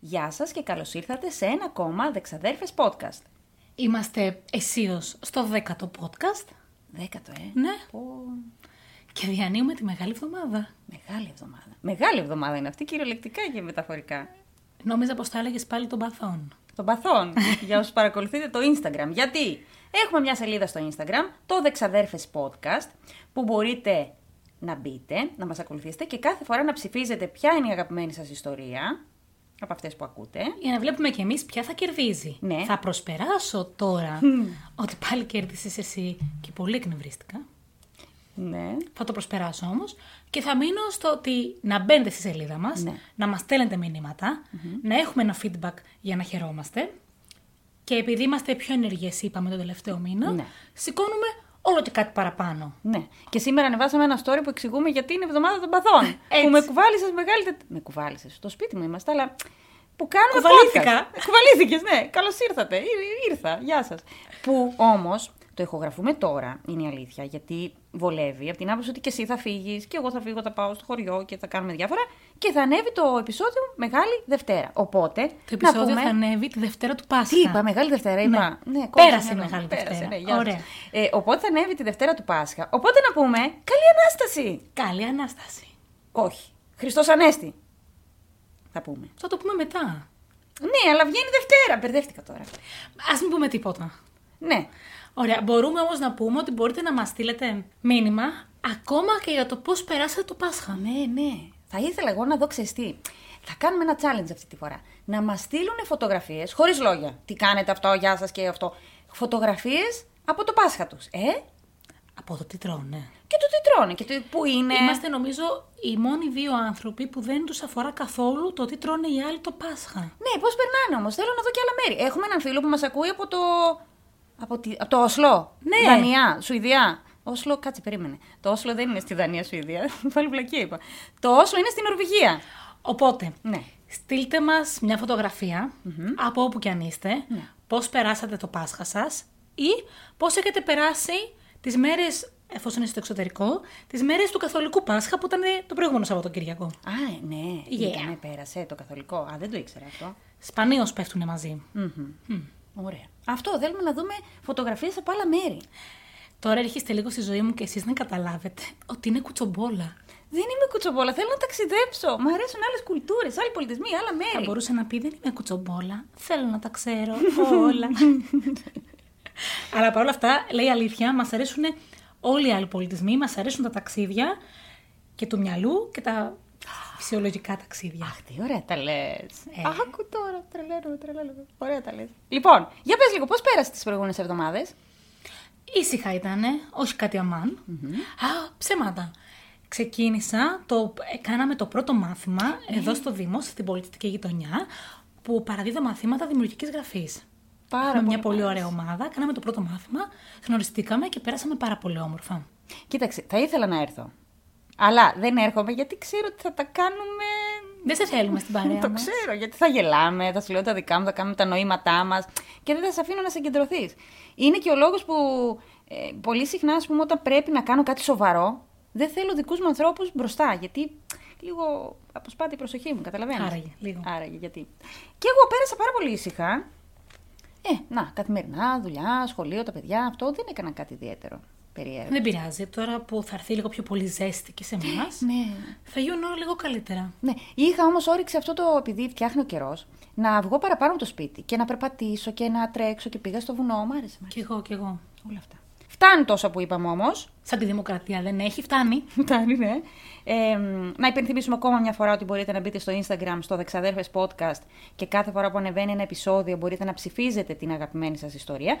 Γεια σας και καλώς ήρθατε σε ένα ακόμα Δεξαδέρφες podcast. Είμαστε εσείως στο δέκατο podcast Δέκατο, ε. Ναι. Πω, και διανύουμε τη μεγάλη εβδομάδα. μεγάλη εβδομάδα. Μεγάλη εβδομάδα είναι αυτή, κυριολεκτικά και μεταφορικά. Νόμιζα πως θα έλεγες πάλι τον παθόν. Των παθών, για όσους παρακολουθείτε το Instagram. Γιατί έχουμε μια σελίδα στο Instagram, το Δεξαδέρφες podcast, που μπορείτε να μπείτε, να μας ακολουθήσετε και κάθε φορά να ψηφίζετε ποια είναι η αγαπημένη σας ιστορία από αυτές που ακούτε. Για να βλέπουμε κι εμείς ποια θα κερδίζει. Ναι. Θα προσπεράσω τώρα ότι πάλι κέρδισες εσύ και πολύ εκνευρίστηκα. Ναι. Θα το προσπεράσω όμως και θα μείνω στο ότι να μπαίνετε στη σελίδα μας, Ναι. να μας στέλνετε μηνύματα, να έχουμε ένα feedback για να χαιρόμαστε. Και επειδή είμαστε πιο ενεργές, είπαμε, τον τελευταίο μήνα, Ναι. σηκώνουμε όλο και κάτι παραπάνω. Ναι. Και σήμερα ανεβάσαμε ένα story που εξηγούμε γιατί είναι εβδομάδα των παθών. Έτσι. που με κουβάλισες μεγάλη. τε- Με κουβάλισες. Στο σπίτι μου είμαστε, αλλά. Που κάνουμε Κουβαλήθηκα. Κουβαλήθηκες, ναι. Καλώς ήρθατε. Ή- ή- Ήρθα. Γεια σας. Που όμως το ηχογραφούμε τώρα, είναι η αλήθεια, γιατί βολεύει από την άποψη ότι και εσύ θα φύγεις και εγώ θα φύγω, θα πάω στο χωριό και θα κάνουμε διάφορα. Και θα ανέβει το επεισόδιο Μεγάλη Δευτέρα. Οπότε. Το να επεισόδιο πούμε... θα ανέβει τη Δευτέρα του Πάσχα. Τι είπα, Μεγάλη Δευτέρα, είπα. Ναι, κόλλησε Πέρασε μυαλό μου. Μεγάλη Δευτέρα. γεια σας. Ωραία. Ε, οπότε θα ανέβει τη Δευτέρα του Πάσχα. Οπότε να πούμε, καλή Ανάσταση. Καλή Ανάσταση. Όχι. Χριστός Ανέστη. Θα πούμε. Θα το πούμε μετά. Ναι, αλλά βγαίνει Δευτέρα. Μπερδεύτηκα τώρα. Ας μην πούμε τίποτα. Ναι. Ωραία. Μπορούμε όμως να πούμε ότι μπορείτε να μας στείλετε μήνυμα ακόμα και για το πώς περάσατε το Πάσχα. Ναι, ναι. Θα ήθελα εγώ να δω ξεστή. Θα κάνουμε ένα challenge αυτή τη φορά. Να μας στείλουν φωτογραφίες, χωρίς λόγια. Τι κάνετε αυτό, γεια σας και αυτό. Φωτογραφίες από το Πάσχα τους. Ε, Από το τι τρώνε. και το τι τρώνε και το πού είναι. Είμαστε νομίζω οι μόνοι δύο άνθρωποι που δεν τους αφορά καθόλου το τι τρώνε οι άλλοι το Πάσχα. Ναι, πώς περνάνε όμως. Θέλω να δω και άλλα μέρη. Έχουμε έναν φίλο που μας ακούει από το. Από, τη... από το Όσλο. Ναι. Δανία, Σουηδία. Όσλο, κάτσε, περίμενε. Το Όσλο δεν είναι στη Δανία, Σουηδία. Πάλι βλακία είπα. Το Όσλο είναι στην Νορβηγία. Οπότε, Ναι. στείλτε μας μια φωτογραφια από όπου κι αν είστε, πώς περάσατε το Πάσχα σας ή πώς έχετε περάσει τις μέρες, εφόσον είστε στο εξωτερικό, τις μέρες του Καθολικού Πάσχα που ήταν ε, το προηγούμενο Σαββατοκύριακο. Α, ναι. Ήταν, πέρασε το καθολικό. Α, δεν το ήξερα αυτό. Σπανίως πέφτουν μαζί. Μμμ. Ωραία. Αυτό θέλουμε να δούμε φωτογραφίες από άλλα μέρη. Τώρα έρχεστε λίγο στη ζωή μου και εσείς να καταλάβετε ότι είναι κουτσομπόλα. Δεν είμαι κουτσομπόλα, θέλω να ταξιδέψω. Μ' αρέσουν άλλες κουλτούρες, άλλοι πολιτισμοί, άλλα Θα μέρη. μπορούσε να πει δεν είμαι κουτσομπόλα. Θέλω να τα ξέρω όλα. Αλλά παρόλα αυτά, λέει αλήθεια, μας αρέσουν όλοι οι άλλοι πολιτισμοί, μας αρέσουν τα ταξίδια και του μυαλού και τα φυσιολογικά ταξίδια. Ε, Αχ, τι ωραία τα Ε. λε. Άκου τώρα, τρελαίνω, τρελαίνω. Ωραία τα λες. Λοιπόν, για πες λίγο, πώς πέρασες τις προηγούμενες εβδομάδες. Ήσυχα ήταν, όχι κάτι αμάν. Α, ψέματα. Ξεκίνησα, το, ε, κάναμε το πρώτο μάθημα εδώ στο Δήμο, στην πολιτιστική γειτονιά, που παραδίδω μαθήματα δημιουργικής γραφής. Πάρα Είχαμε μια πολύ ωραία ομάδα, κάναμε το πρώτο μάθημα, γνωριστήκαμε και πέρασαμε πάρα πολύ όμορφα. Κοίταξε, θα ήθελα να έρθω. Αλλά δεν έρχομαι γιατί ξέρω ότι θα τα κάνουμε. Δεν σε θέλουμε στην παρέα το μας. ξέρω, γιατί θα γελάμε, θα σου λέω τα δικά μου, θα κάνουμε τα νοήματά μας και δεν θα σε αφήνω να συγκεντρωθεί. Είναι και ο λόγος που ε, πολύ συχνά, ας πούμε, όταν πρέπει να κάνω κάτι σοβαρό, δεν θέλω δικούς μου ανθρώπους μπροστά. Γιατί λίγο αποσπάται η προσοχή μου, καταλαβαίνεις. Άραγε, λίγο. Άραγε, γιατί. Και εγώ πέρασα πάρα πολύ ήσυχα. Ε, να, καθημερινά, δουλειά, σχολείο, τα παιδιά, αυτό δεν έκανα κάτι ιδιαίτερο. Περίεργο. Δεν πειράζει. Τώρα που θα έρθει λίγο πιο πολύ ζέστη και σε εμάς, Ναι. θα γίνουν όλα λίγο καλύτερα. Ναι, είχα όμως όρεξη αυτό το επειδή φτιάχνει ο καιρός να βγω παραπάνω από το σπίτι και να περπατήσω και να τρέξω και πήγα στο βουνό. Μ' άρεσε, μ' άρεσε. Κι εγώ, κι εγώ. Όλα αυτά. Φτάνει τόσα που είπαμε όμως. Σαν τη δημοκρατία δεν έχει, φτάνει. Φτάνει, ναι. Ε, μ, να υπενθυμίσουμε ακόμα μια φορά ότι μπορείτε να μπείτε στο Instagram, στο Δεξαδέρφες Podcast και κάθε φορά που ανεβαίνει ένα επεισόδιο μπορείτε να ψηφίζετε την αγαπημένη σας ιστορία.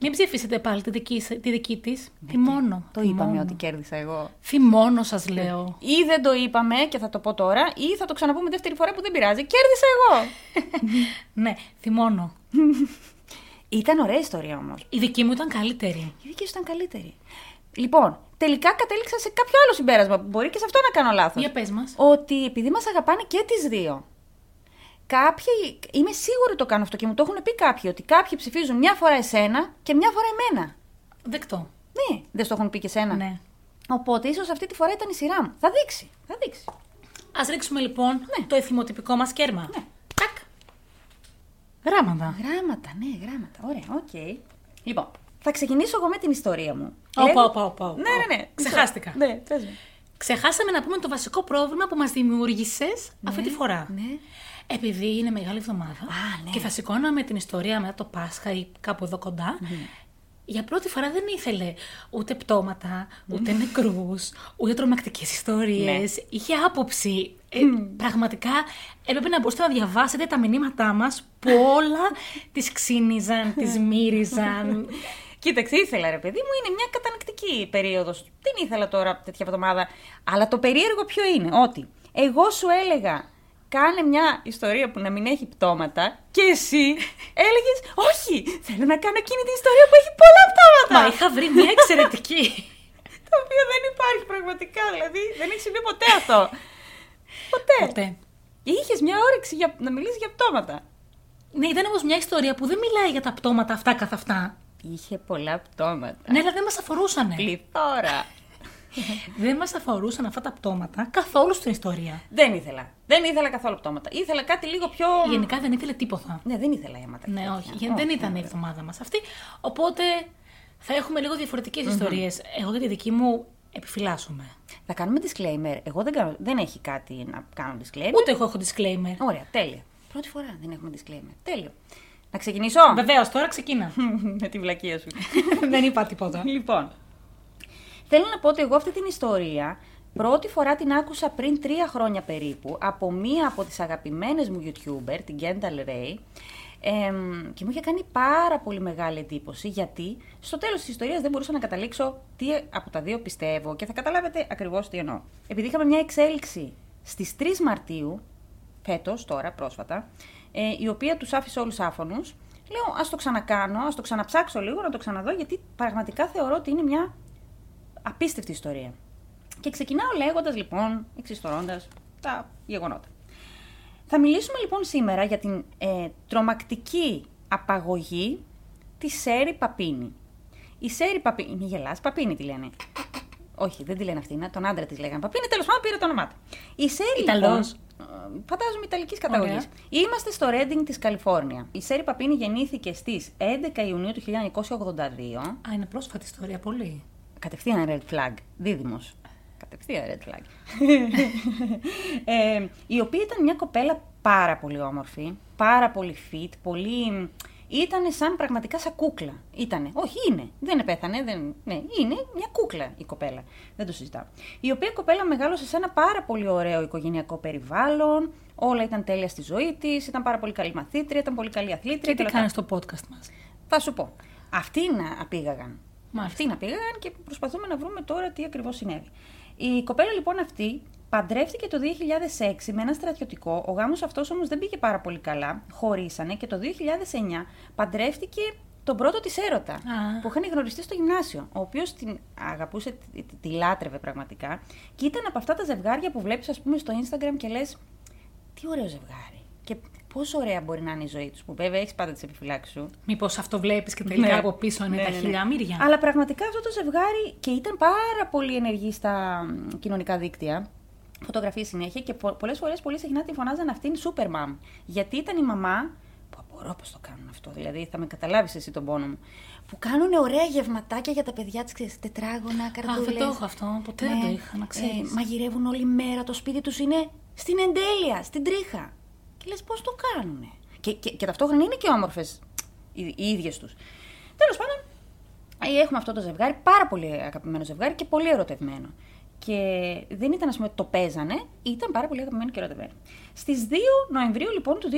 Μην ψηφίσετε πάλι τη δική, σα- τη δική της. Θυμώνω. Το είπαμε θυμώνω. ότι Ναι. κέρδισα εγώ. Θυμώνω σας λέω. Ή δεν το είπαμε και θα το πω τώρα, ή θα το ξαναπούμε δεύτερη φορά που δεν πειράζει. Κέρδισα εγώ! ναι, θυμώνω. Ήταν ωραία ιστορία όμως. Η δική μου ήταν καλύτερη. Η δική σου ήταν καλύτερη. Λοιπόν, τελικά κατέληξα σε κάποιο άλλο συμπέρασμα που μπορεί και σε αυτό να κάνω λάθος. Για πες μας. Ότι επειδή μας αγαπάνε και τις δύο. Κάποιοι, είμαι σίγουρη το κάνω αυτό και μου το έχουν πει κάποιοι, ότι κάποιοι ψηφίζουν μια φορά εσένα και μια φορά εμένα. Δεκτό. Ναι, δεν στο έχουν πει και εσένα. Ναι. Οπότε ίσως αυτή τη φορά ήταν η σειρά μου. Θα δείξει. Θα δείξει. Ναι. Ας ρίξουμε λοιπόν το εθιμοτυπικό μας κέρμα. Τακ. γράμματα. Γράμματα, ναι, γράμματα. Ωραία, οκ. Λοιπόν, θα ξεκινήσω εγώ με την ιστορία μου. Όπα, Λέγω- όπα, όπα, όπα. Ναι, ναι, ναι. Ξεχάστηκα. Ναι, πες μου. Ξεχάσαμε να πούμε το βασικό πρόβλημα που μας δημιούργησες αυτή τη φορά. Ναι. Επειδή είναι μεγάλη εβδομάδα Α, ναι. και θα σηκώναμε την ιστορία μετά το Πάσχα ή κάπου εδώ κοντά, Mm-hmm. για πρώτη φορά δεν ήθελε ούτε πτώματα, Mm. ούτε νεκρούς, ούτε τρομακτικές Ναι. ιστορίες. Είχε άποψη. Ε, Mm. πραγματικά έπρεπε να μπορούσατε να διαβάσετε τα μηνύματά μας που όλα τις ξύνιζαν, τις μύριζαν. Κοίταξε, ήθελα ρε παιδί μου, είναι μια κατανεκτική περίοδος. Δεν ήθελα τώρα τέτοια εβδομάδα. Αλλά το περίεργο ποιο είναι, ότι εγώ σου έλεγα κάνε μια ιστορία που να μην έχει πτώματα και εσύ έλεγες όχι, θέλω να κάνω εκείνη την ιστορία που έχει πολλά πτώματα. Μα είχα βρει μια εξαιρετική. Το οποίο δεν υπάρχει πραγματικά, δηλαδή δεν έχει συμβεί ποτέ αυτό. ποτέ. Ποτέ. Είχες μια όρεξη για, να μιλήσεις για πτώματα. Ναι, ήταν όμως μια ιστορία που δεν μιλάει για τα πτώματα αυτά καθ' αυτά. Είχε πολλά πτώματα. Ναι, αλλά δεν μας αφορούσαν. Πληθώρα. Δεν μας αφορούσαν αυτά τα πτώματα καθόλου στην ιστορία. Δεν ήθελα. Δεν ήθελα καθόλου πτώματα. Ήθελα κάτι λίγο πιο. Γενικά δεν ήθελε τίποτα. Ναι, δεν ήθελα αίματα. και Ναι, τέτοια. όχι. γιατί δεν ήταν η εβδομάδα μας αυτή. Οπότε θα έχουμε λίγο διαφορετικές ιστορίες. Εγώ για τη δική μου επιφυλάσσομαι. Θα κάνουμε disclaimer. Εγώ δεν, κάνω, δεν έχει κάτι να κάνω disclaimer. Ούτε εγώ έχω disclaimer. Ωραία, τέλεια. Πρώτη φορά δεν έχουμε disclaimer. Τέλειο. Να ξεκινήσω. Βεβαίως, τώρα ξεκίνα. Με τη βλακεία σου. δεν είπα τίποτα. λοιπόν. Θέλω να πω ότι εγώ αυτή την ιστορία πρώτη φορά την άκουσα πριν τρία χρόνια περίπου από μία από τις αγαπημένες μου YouTuber, την Kendall Ray. εμ, και μου είχε κάνει πάρα πολύ μεγάλη εντύπωση γιατί στο τέλος της ιστορίας δεν μπορούσα να καταλήξω τι από τα δύο πιστεύω και θα καταλάβετε ακριβώς τι εννοώ. Επειδή είχαμε μια εξέλιξη στις 3 Μαρτίου, φέτος τώρα πρόσφατα, ε, η οποία τους άφησε όλους άφωνους, λέω ας το ξανακάνω, ας το ξαναψάξω λίγο να το ξαναδώ γιατί πραγματικά θεωρώ ότι είναι μια απίστευτη ιστορία. Και ξεκινάω λέγοντας λοιπόν, εξιστορώντα τα γεγονότα. Θα μιλήσουμε λοιπόν σήμερα για την ε, τρομακτική απαγωγή της Σέρι Παπίνη. Η Σέρι Παπίνη. Μη γελάς, Παπίνη τη λένε. Όχι, δεν τη λένε αυτή, να τον άντρα της λέγανε Παπίνη, τέλος πάντων πήρε το όνομά του. Η Σέρι. Ιταλός. Λοιπόν, ε, φαντάζομαι Ιταλικής καταγωγής. Ωραία. Είμαστε στο Ρέντινγκ της Καλιφόρνια. Η Σέρι Παπίνη γεννήθηκε στις 11 Ιουνίου του 1982. Α, είναι πρόσφατη ιστορία πολύ. Κατευθείαν red flag. Δίδυμος. Κατευθείαν red flag. ε, η οποία ήταν μια κοπέλα πάρα πολύ όμορφη, πάρα πολύ fit, πολύ. Ήτανε σαν πραγματικά σαν κούκλα. Ήτανε. Όχι, είναι. Δεν πέθανε. Δεν... Ναι, είναι μια κούκλα η κοπέλα. Δεν το συζητάω. Η οποία κοπέλα μεγάλωσε σε ένα πάρα πολύ ωραίο οικογενειακό περιβάλλον. Όλα ήταν τέλεια στη ζωή της. Ήταν πάρα πολύ καλή μαθήτρια, ήταν πολύ καλή αθλήτρια. Και τι όλα κάνεις στο podcast μας. θα σου πω. Αυτοί να απήγαγαν. Μάλιστα. Αυτοί να πήγαγαν και προσπαθούμε να βρούμε τώρα τι ακριβώς συνέβη. Η κοπέλα λοιπόν αυτή παντρεύτηκε το 2006 με ένα στρατιωτικό. Ο γάμος αυτός όμως δεν πήγε πάρα πολύ καλά. Χωρίσανε και το 2009 παντρεύτηκε τον πρώτο της έρωτα Α. που είχαν γνωριστεί στο γυμνάσιο. Ο οποίος την αγαπούσε, τη, τη- τη λάτρευε πραγματικά. Και ήταν από αυτά τα ζευγάρια που βλέπεις ας πούμε στο Instagram και λες τι ωραίο ζευγάρι. Και πόσο ωραία μπορεί να είναι η ζωή τους, που βέβαια έχεις πάντα τις επιφυλάξεις σου. Μήπως αυτό βλέπεις και τελικά Ναι. από πίσω είναι Ναι, τα ναι, ναι. χιλιά μύρια. Αλλά πραγματικά αυτό το ζευγάρι και ήταν πάρα πολύ ενεργή στα μ, κοινωνικά δίκτυα. Φωτογραφίες συνέχεια και πολλές φορές πολύ συχνά τη φωνάζαν αυτήν Super Mom. Γιατί ήταν η μαμά. Που απορώ πώς το κάνουν αυτό, δηλαδή θα με καταλάβεις εσύ τον πόνο μου. Που κάνουν ωραία γευματάκια για τα παιδιά της, ξέρεις, τετράγωνα, Α, καρδούλες. δεν το έχω αυτό. Ποτέ δεν το Ναι. είχα, να ξέρει. Ε, μαγειρεύουν όλη μέρα, το σπίτι τους είναι στην εντέλεια, στην τρίχα. Και λες πώς το κάνουνε. Και, και, και ταυτόχρονα είναι και όμορφες οι, οι ίδιες τους. Τέλος πάντων, ε, έχουμε αυτό το ζευγάρι, πάρα πολύ αγαπημένο ζευγάρι και πολύ ερωτευμένο. Και δεν ήταν, ας πούμε, το παίζανε, ήταν πάρα πολύ αγαπημένο και ερωτευμένο. Στις 2 Νοεμβρίου λοιπόν του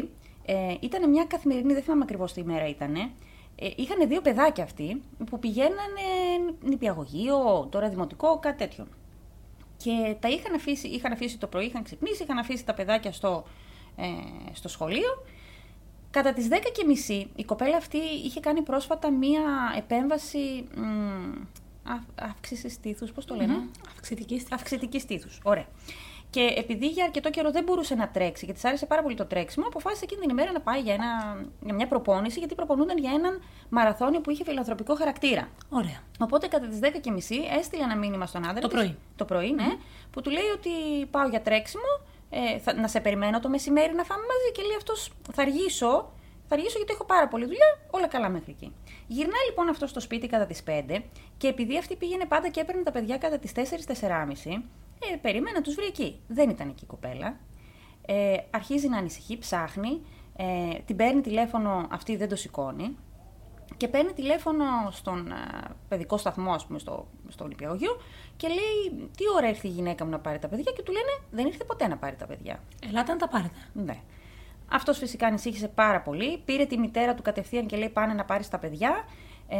2016, ε, ήταν μια καθημερινή, δεν θυμάμαι ακριβώς τι ημέρα ήταν. Ε, είχαν δύο παιδάκια αυτοί που πηγαίνανε νηπιαγωγείο, τώρα δημοτικό, κάτι τέτοιο. Και τα είχαν αφήσει, είχαν αφήσει το πρωί, είχαν ξυπνήσει, είχαν αφήσει τα παιδάκια στο, ε, στο σχολείο. Κατά τις 10.30 η κοπέλα αυτή είχε κάνει πρόσφατα μία επέμβαση μ, α, αύξησης στήθους, πώς το λένε, Αυξητική στρα- αυξητική στήθους. Ωραία. Και επειδή για αρκετό καιρό δεν μπορούσε να τρέξει και της άρεσε πάρα πολύ το τρέξιμο, αποφάσισε εκείνη την ημέρα να πάει για, ένα, για μια προπόνηση, γιατί προπονούνταν για έναν μαραθώνιο που είχε φιλανθρωπικό χαρακτήρα. Ωραία. Οπότε κατά τις 10.30 έστειλε ένα μήνυμα στον άντρα. Το της, πρωί. Το πρωί, ναι. Που του λέει ότι πάω για τρέξιμο. ε, θα, να σε περιμένω το μεσημέρι να φάμε μαζί. Και λέει αυτός, θα αργήσω, θα αργήσω γιατί έχω πάρα πολλή δουλειά, όλα καλά μέχρι εκεί. Γυρνάει λοιπόν αυτός στο σπίτι κατά τις 5 και επειδή αυτή πήγαινε πάντα και έπαιρνε τα παιδιά κατά τις 4-4.30, ε, περίμενα τους βρει εκεί. Δεν ήταν εκεί η κοπέλα. Ε, αρχίζει να ανησυχεί, ψάχνει, ε, την παίρνει τηλέφωνο, αυτή δεν το σηκώνει. Και παίρνει τηλέφωνο στον α, παιδικό σταθμό, ας πούμε, στο, στο Ολυμπιαγωγείο και λέει: Τι ώρα ήρθε η γυναίκα μου να πάρει τα παιδιά. Και του λένε: Δεν ήρθε ποτέ να πάρει τα παιδιά. Ελάτε να τα πάρετε. Ναι. Αυτός φυσικά ανησύχησε πάρα πολύ. Πήρε τη μητέρα του κατευθείαν και λέει: Πάνε να πάρεις τα παιδιά. Ε,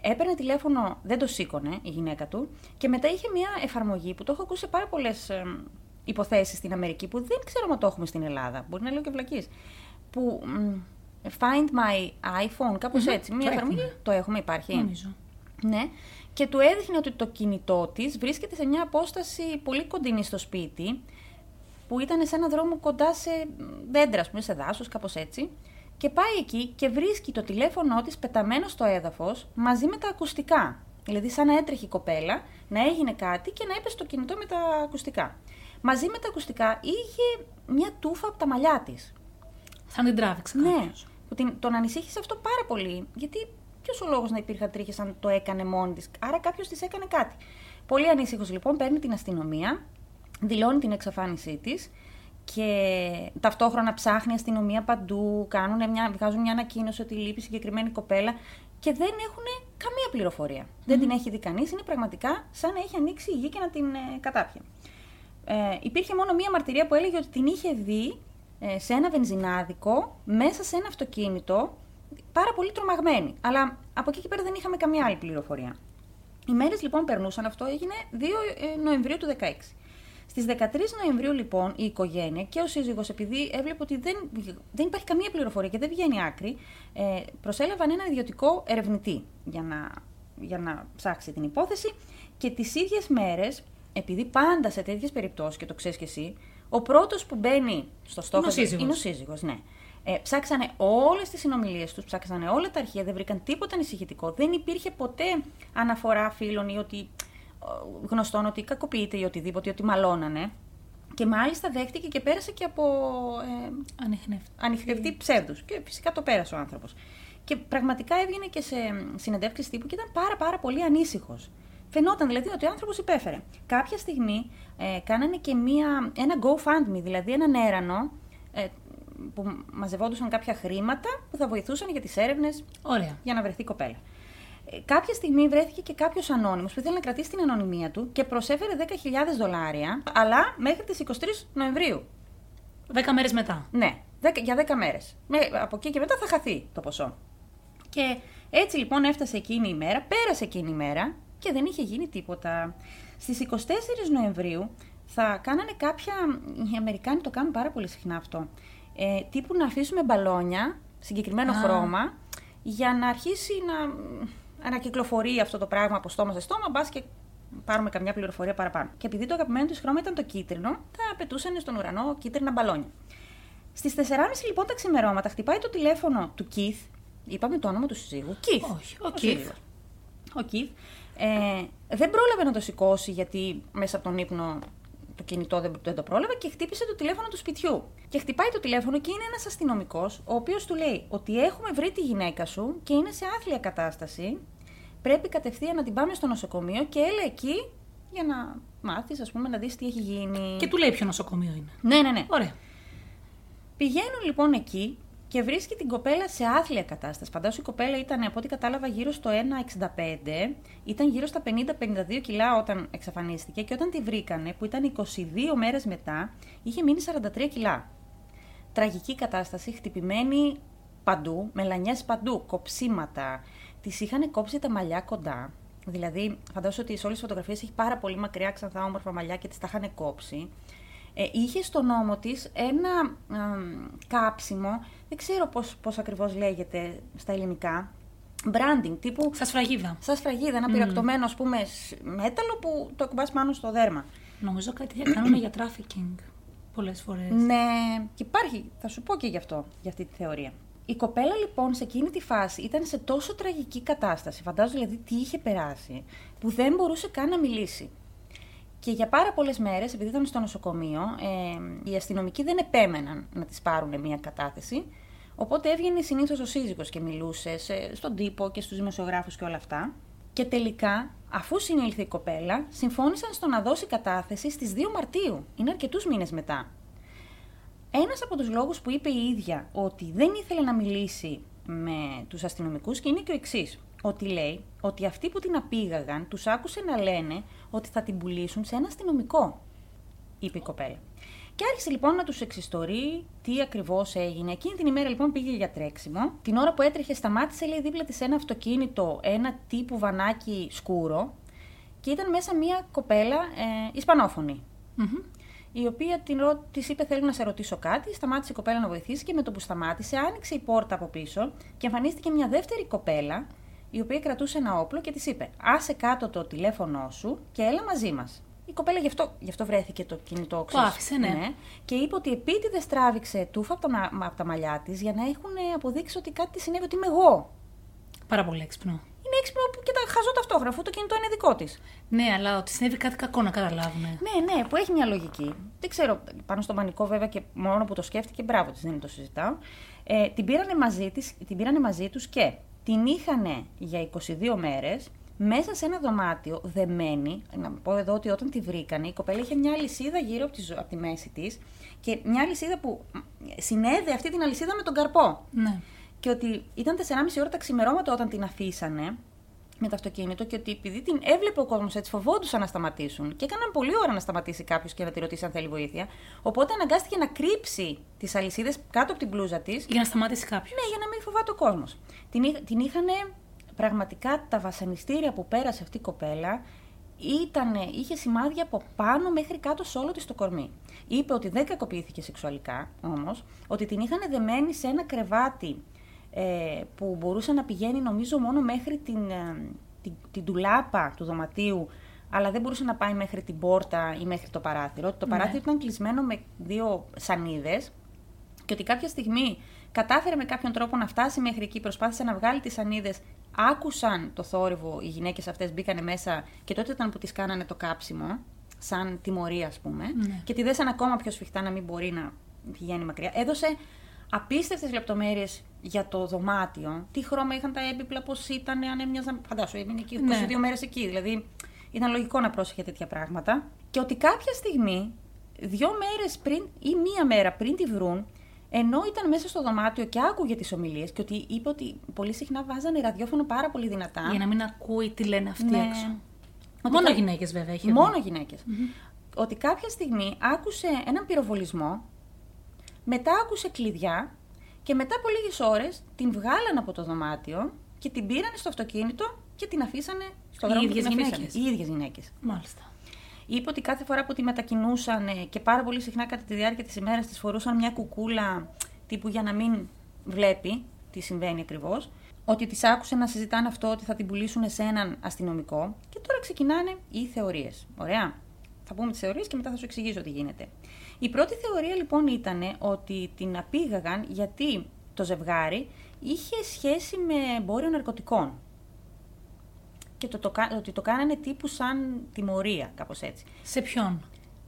έπαιρνε τηλέφωνο, δεν το σήκωνε η γυναίκα του. Και μετά είχε μια εφαρμογή που το έχω ακούσει σε πάρα πολλές υποθέσεις στην Αμερική που δεν ξέρω αν το έχουμε στην Ελλάδα. Μπορεί να λέω και βλακής. Που μ, Find My iPhone, κάπως Μμμ, έτσι. το Μια εφαρμογή. έχουμε. Το έχουμε, υπάρχει. Νομίζω. Ναι. Και του έδειχνε ότι το κινητό της βρίσκεται σε μια απόσταση πολύ κοντινή στο σπίτι, που ήταν σε ένα δρόμο κοντά σε δέντρα, ας πούμε, σε δάσος, κάπως έτσι. Και πάει εκεί και βρίσκει το τηλέφωνό της πεταμένο στο έδαφος μαζί με τα ακουστικά. Δηλαδή, σαν να έτρεχε η κοπέλα, να έγινε κάτι και να έπεσε το κινητό με τα ακουστικά. Μαζί με τα ακουστικά είχε μια τούφα από τα μαλλιά της. Θα την τράβηξε Ναι, κάποιος. που την, τον ανησύχησε αυτό πάρα πολύ. Γιατί ποιος ο λόγος να υπήρχαν τρίχες αν το έκανε μόνη της. Άρα κάποιος της έκανε κάτι. Πολύ ανήσυχος λοιπόν, παίρνει την αστυνομία, δηλώνει την εξαφάνισή της και ταυτόχρονα ψάχνει αστυνομία παντού. Κάνουν μια, βγάζουν μια ανακοίνωση ότι λείπει συγκεκριμένη κοπέλα και δεν έχουν καμία πληροφορία. Δεν την έχει δει κανείς. Είναι πραγματικά σαν να έχει ανοίξει η γη και να την ε, κατάπιε. Ε, υπήρχε μόνο μία μαρτυρία που έλεγε ότι την είχε δει ε, σε ένα βενζινάδικο μέσα σε ένα αυτοκίνητο πάρα πολύ τρομαγμένη. Αλλά από εκεί και πέρα δεν είχαμε καμία άλλη πληροφορία. Οι μέρες λοιπόν περνούσαν, αυτό έγινε 2 ε, Νοεμβρίου του 2016. Στι 13 Νοεμβρίου λοιπόν η οικογένεια και ο σύζυγος, επειδή έβλεπε ότι δεν, βγ- δεν υπάρχει καμία πληροφορία και δεν βγαίνει άκρη, ε, προσέλαβαν έναν ιδιωτικό ερευνητή για να, για να ψάξει την υπόθεση και τις ίδιες μέρες, επειδή πάντα σε τέτοιες περιπτώσεις και το ξέρεις και εσύ, ο πρώτος που μπαίνει στο στόχο Είναι ο σύζυγος. είναι ο σύζυγος, ναι. Ε, ψάξανε όλες τις συνομιλίες τους, ψάξανε όλα τα αρχεία, δεν βρήκαν τίποτα ανησυχητικό. Δεν υπήρχε ποτέ αναφορά φίλων ή ότι ε, γνωστών ότι κακοποιείται ή οτιδήποτε, ή ότι μαλώνανε. Και μάλιστα δέχτηκε και πέρασε και από ε, Ανιχνεύτη. ανοιχτευτεί ψεύδους. Και φυσικά το πέρασε ο άνθρωπος. Και πραγματικά έβγαινε και σε συνεντεύξεις τύπου και ήταν πάρα, πάρα πολύ ανήσυχος. Φαινόταν δηλαδή ότι ο άνθρωπος υπέφερε. Κάποια στιγμή ε, κάνανε και μία, ένα GoFundMe, δηλαδή έναν έρανο ε, που μαζευόντουσαν κάποια χρήματα που θα βοηθούσαν για τις έρευνες Ωραία. για να βρεθεί η κοπέλα. Ε, Κάποια στιγμή βρέθηκε και κάποιος ανώνυμος που ήθελε να κρατήσει την ανωνυμία του και προσέφερε 10.000 δολάρια, αλλά μέχρι τις 23 Νοεμβρίου. Δέκα μέρες μετά. Ναι, δέκα- για 10 μέρε. Από εκεί και μετά θα χαθεί το ποσό. Και έτσι λοιπόν έφτασε εκείνη η μέρα, πέρασε εκείνη η μέρα και δεν είχε γίνει τίποτα. Στις 24 Νοεμβρίου θα κάνανε κάποια. Οι Αμερικάνοι το κάνουν πάρα πολύ συχνά αυτό. Ε, τύπου να αφήσουμε μπαλόνια, συγκεκριμένο Α. χρώμα, για να αρχίσει να ανακυκλοφορεί αυτό το πράγμα από στόμα σε στόμα, μπας και πάρουμε καμιά πληροφορία παραπάνω. Και επειδή το αγαπημένο του χρώμα ήταν το κίτρινο, θα πετούσαν στον ουρανό κίτρινα μπαλόνια. Στις 4.30 λοιπόν τα ξημερώματα χτυπάει το τηλέφωνο του Keith. Είπαμε το όνομα του συζύγου. Keith. Όχι, ο Keith. σύζυγος. Ο Keith. Ε, δεν πρόλαβε να το σηκώσει γιατί μέσα από τον ύπνο το κινητό δεν, δεν το πρόλαβε και χτύπησε το τηλέφωνο του σπιτιού. Και χτυπάει το τηλέφωνο και είναι ένας αστυνομικός, ο οποίος του λέει ότι έχουμε βρει τη γυναίκα σου και είναι σε άθλια κατάσταση. Πρέπει κατευθείαν να την πάμε στο νοσοκομείο και έλα εκεί για να μάθεις, ας πούμε, να δεις τι έχει γίνει. Και του λέει ποιο νοσοκομείο είναι. Ναι, ναι, ναι. Ωραία. Πηγαίνουν λοιπόν εκεί και βρίσκει την κοπέλα σε άθλια κατάσταση. Φαντάσου η κοπέλα ήταν, από ό,τι κατάλαβα, γύρω στο 1,65. Ήταν γύρω στα 50-52 κιλά όταν εξαφανίστηκε και όταν τη βρήκανε, που ήταν 22 μέρες μετά, είχε μείνει 43 κιλά. Τραγική κατάσταση, χτυπημένη παντού, μελανιές παντού, κοψίματα. Της είχαν κόψει τα μαλλιά κοντά. Δηλαδή, φαντάζομαι ότι σε όλες τις φωτογραφίες έχει πάρα πολύ μακριά ξανθά όμορφα μαλλιά και της τα είχαν κόψει. Ε, είχε στον νόμο της ένα εμ, κάψιμο, δεν ξέρω πώς, πώς ακριβώς λέγεται στα ελληνικά, branding, τύπου Σα φραγίδα. σαν σφραγίδα, ένα πυρακτωμένο ας πούμε σ- μέταλλο που το ακουμπάς πάνω στο δέρμα. Νομίζω κάτι τέτοια κάνουν για τράφικινγκ πολλές φορές. Ναι, και υπάρχει, θα σου πω και γι' αυτό, για αυτή τη θεωρία. Η κοπέλα λοιπόν σε εκείνη τη φάση ήταν σε τόσο τραγική κατάσταση, φαντάζομαι δηλαδή τι είχε περάσει, που δεν μπορούσε καν να μιλήσει. Και Και για πάρα πολλές μέρες, επειδή ήταν στο νοσοκομείο, ε, οι αστυνομικοί δεν επέμεναν να τη πάρουν μια κατάθεση. Οπότε έβγαινε συνήθως ο σύζυγος και μιλούσε σε- στον τύπο και στους δημοσιογράφους και όλα αυτά. Και τελικά, αφού συνήλθε η κοπέλα, συμφώνησαν στο να δώσει κατάθεση στις 2 Μαρτίου. Είναι αρκετούς μήνες μετά. Ένας από τους λόγους που είπε η ίδια ότι δεν ήθελε να μιλήσει με τους αστυνομικούς και είναι και ο εξής. Ότι λέει ότι αυτοί που την απήγαγαν τους άκουσε να λένε ότι θα την πουλήσουν σε ένα αστυνομικό, είπε η κοπέλα. Και άρχισε λοιπόν να τους εξιστορεί τι ακριβώς έγινε. Εκείνη την ημέρα λοιπόν πήγε για τρέξιμο. Την ώρα που έτρεχε, σταμάτησε λέει δίπλα της ένα αυτοκίνητο, ένα τύπου βανάκι σκούρο και ήταν μέσα μία κοπέλα ε, Ισπανόφωνη Μμμ. η οποία την ρω... της είπε θέλω να σε ρωτήσω κάτι, σταμάτησε η κοπέλα να βοηθήσει και με το που σταμάτησε άνοιξε η πόρτα από πίσω και εμφανίστηκε μια δεύτερη κοπέλα η οποία κρατούσε ένα όπλο και της είπε άσε κάτω το τηλέφωνό σου και έλα μαζί μας. Η κοπέλα γι' αυτό, γι αυτό βρέθηκε το κινητό ξέρεις. άφησε, ναι. Και είπε ότι επίτηδες τράβηξε τούφα από τα, μα- μα- απ' τα μαλλιά της για να έχουν ε, αποδείξει ότι κάτι της συνέβη, ότι είμαι εγώ. Πάρα πολύ έξυπνο. Είναι έξυπνο που και τα χαζό ταυτόχρονα, αφού το κινητό είναι δικό της. Ναι, αλλά ότι συνέβη κάτι κακό να καταλάβουν. Ναι, ναι, που έχει μια λογική. Δεν ξέρω, πάνω στον πανικό βέβαια και μόνο που το σκέφτηκε, μπράβο της, δεν το συζητάω. Ε, την, πήρανε μαζί της, την πήρανε μαζί τους και την είχαν για 22 μέρες μέσα σε ένα δωμάτιο δεμένη. Να πω εδώ ότι όταν τη βρήκανε, η κοπέλα είχε μια αλυσίδα γύρω από τη, ζω- από τη μέση της και μια αλυσίδα που μ, συνέδε αυτή την αλυσίδα με τον καρπό. Ναι. Και ότι ήταν 4,5 ώρα τα ξημερώματα όταν την αφήσανε με το αυτοκίνητο και ότι επειδή την έβλεπε ο κόσμος έτσι, φοβόντουσαν να σταματήσουν. Και έκαναν πολλή ώρα να σταματήσει κάποιος και να τη ρωτήσει αν θέλει βοήθεια. Οπότε αναγκάστηκε να κρύψει τις αλυσίδες κάτω από την πλούζα της. Για να σταματήσει κάποιος. Ναι, για να μην φοβάται ο κόσμος. Την, είχ- την είχαν πραγματικά τα βασανιστήρια που πέρασε αυτή η κοπέλα. Ήτανε, είχε σημάδια από πάνω μέχρι κάτω σε όλο της το κορμί. Είπε ότι δεν κακοποιήθηκε σεξουαλικά όμως, ότι την είχαν δεμένη σε ένα κρεβάτι ε, που μπορούσε να πηγαίνει νομίζω μόνο μέχρι την, ε, την, την τουλάπα του δωματίου, αλλά δεν μπορούσε να πάει μέχρι την πόρτα ή μέχρι το παράθυρο. Ότι Το Ναι. παράθυρο ήταν κλεισμένο με δύο σανίδες και ότι κάποια στιγμή κατάφερε με κάποιον τρόπο να φτάσει μέχρι εκεί, προσπάθησε να βγάλει τις σανίδες, άκουσαν το θόρυβο, οι γυναίκες αυτές μπήκανε μέσα και τότε ήταν που τις κάνανε το κάψιμο, σαν τιμωρία ας πούμε, Ναι. και τη δέσαν ακόμα πιο σφιχτά να μην μπορεί να πηγαίνει μακριά. Έδωσε απίστευτες λεπτομέρειες για το δωμάτιο, τι χρώμα είχαν τα έμπιπλα, πώς ήταν, αν έμοιαζαν, φαντάσου, έμεινε εκεί 22 Ναι. μέρες εκεί, δηλαδή ήταν λογικό να πρόσεχε τέτοια πράγματα. Και ότι κάποια στιγμή, δύο μέρες πριν ή μία μέρα πριν τη βρουν, ενώ ήταν μέσα στο δωμάτιο και άκουγε τις ομιλίες και ότι είπε ότι πολύ συχνά βάζανε ραδιόφωνο πάρα πολύ δυνατά. Για να μην ακούει τι λένε αυτοί Ναι. έξω. Ότι Μόνο κα- γυναίκες βέβαια είχε. Μόνο γυναίκες. Ότι κάποια στιγμή άκουσε έναν πυροβολισμό, μετά άκουσε κλειδιά και μετά από λίγες ώρες την βγάλανε από το δωμάτιο και την πήρανε στο αυτοκίνητο και την αφήσανε στον Οι δρόμο που ίδιες την αφήσανε. γυναίκες. Οι ίδιες γυναίκες. Μάλιστα. Είπε ότι κάθε φορά που τη μετακινούσαν ε, και πάρα πολύ συχνά κατά τη διάρκεια της ημέρας της φορούσαν μια κουκούλα τύπου για να μην βλέπει τι συμβαίνει ακριβώς. Ότι τις άκουσε να συζητάνε αυτό ότι θα την πουλήσουν σε έναν αστυνομικό. Και τώρα ξεκινάνε οι θεωρίες. Ωραία. Θα πούμε τις θεωρίες και μετά θα σου εξηγήσω τι γίνεται. Η πρώτη θεωρία λοιπόν ήταν ότι την απήγαγαν γιατί το ζευγάρι είχε σχέση με εμπόριο ναρκωτικών και το, το, κα- ότι το κάνανε τύπου σαν τιμωρία, κάπως έτσι. Σε ποιον.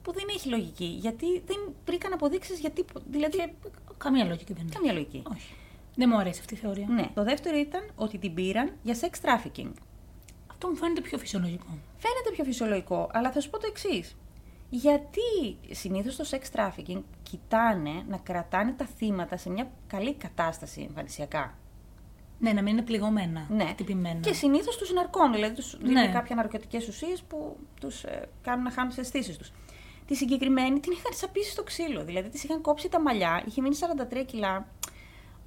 Που δεν έχει λογική, γιατί δεν βρήκαν αποδείξεις για τίποτα. Δηλαδή, Καμία λογική δεν είναι. καμία λογική. Όχι. Δεν μου αρέσει αυτή η θεωρία. Ναι. Το δεύτερο ήταν ότι την πήραν για sex trafficking. Αυτό μου φαίνεται πιο φυσιολογικό. Φαίνεται πιο φυσιολογικό, αλλά θα σου πω το εξής. Γιατί συνήθως το sex trafficking κοιτάνε να κρατάνε τα θύματα σε μια καλή κατάσταση εμφανισιακά. Ναι, να μην είναι πληγωμένα. Ναι. Χτυπημένα. Και συνήθως τους ναρκώνουν, δηλαδή τους δίνουν Ναι. κάποια ναρκωτικές ουσίες που τους κάνουν να χάνουν τις αισθήσεις τους. Τη συγκεκριμένη την είχαν σαπίσει στο ξύλο, δηλαδή τη είχαν κόψει τα μαλλιά, είχε μείνει 43 κιλά.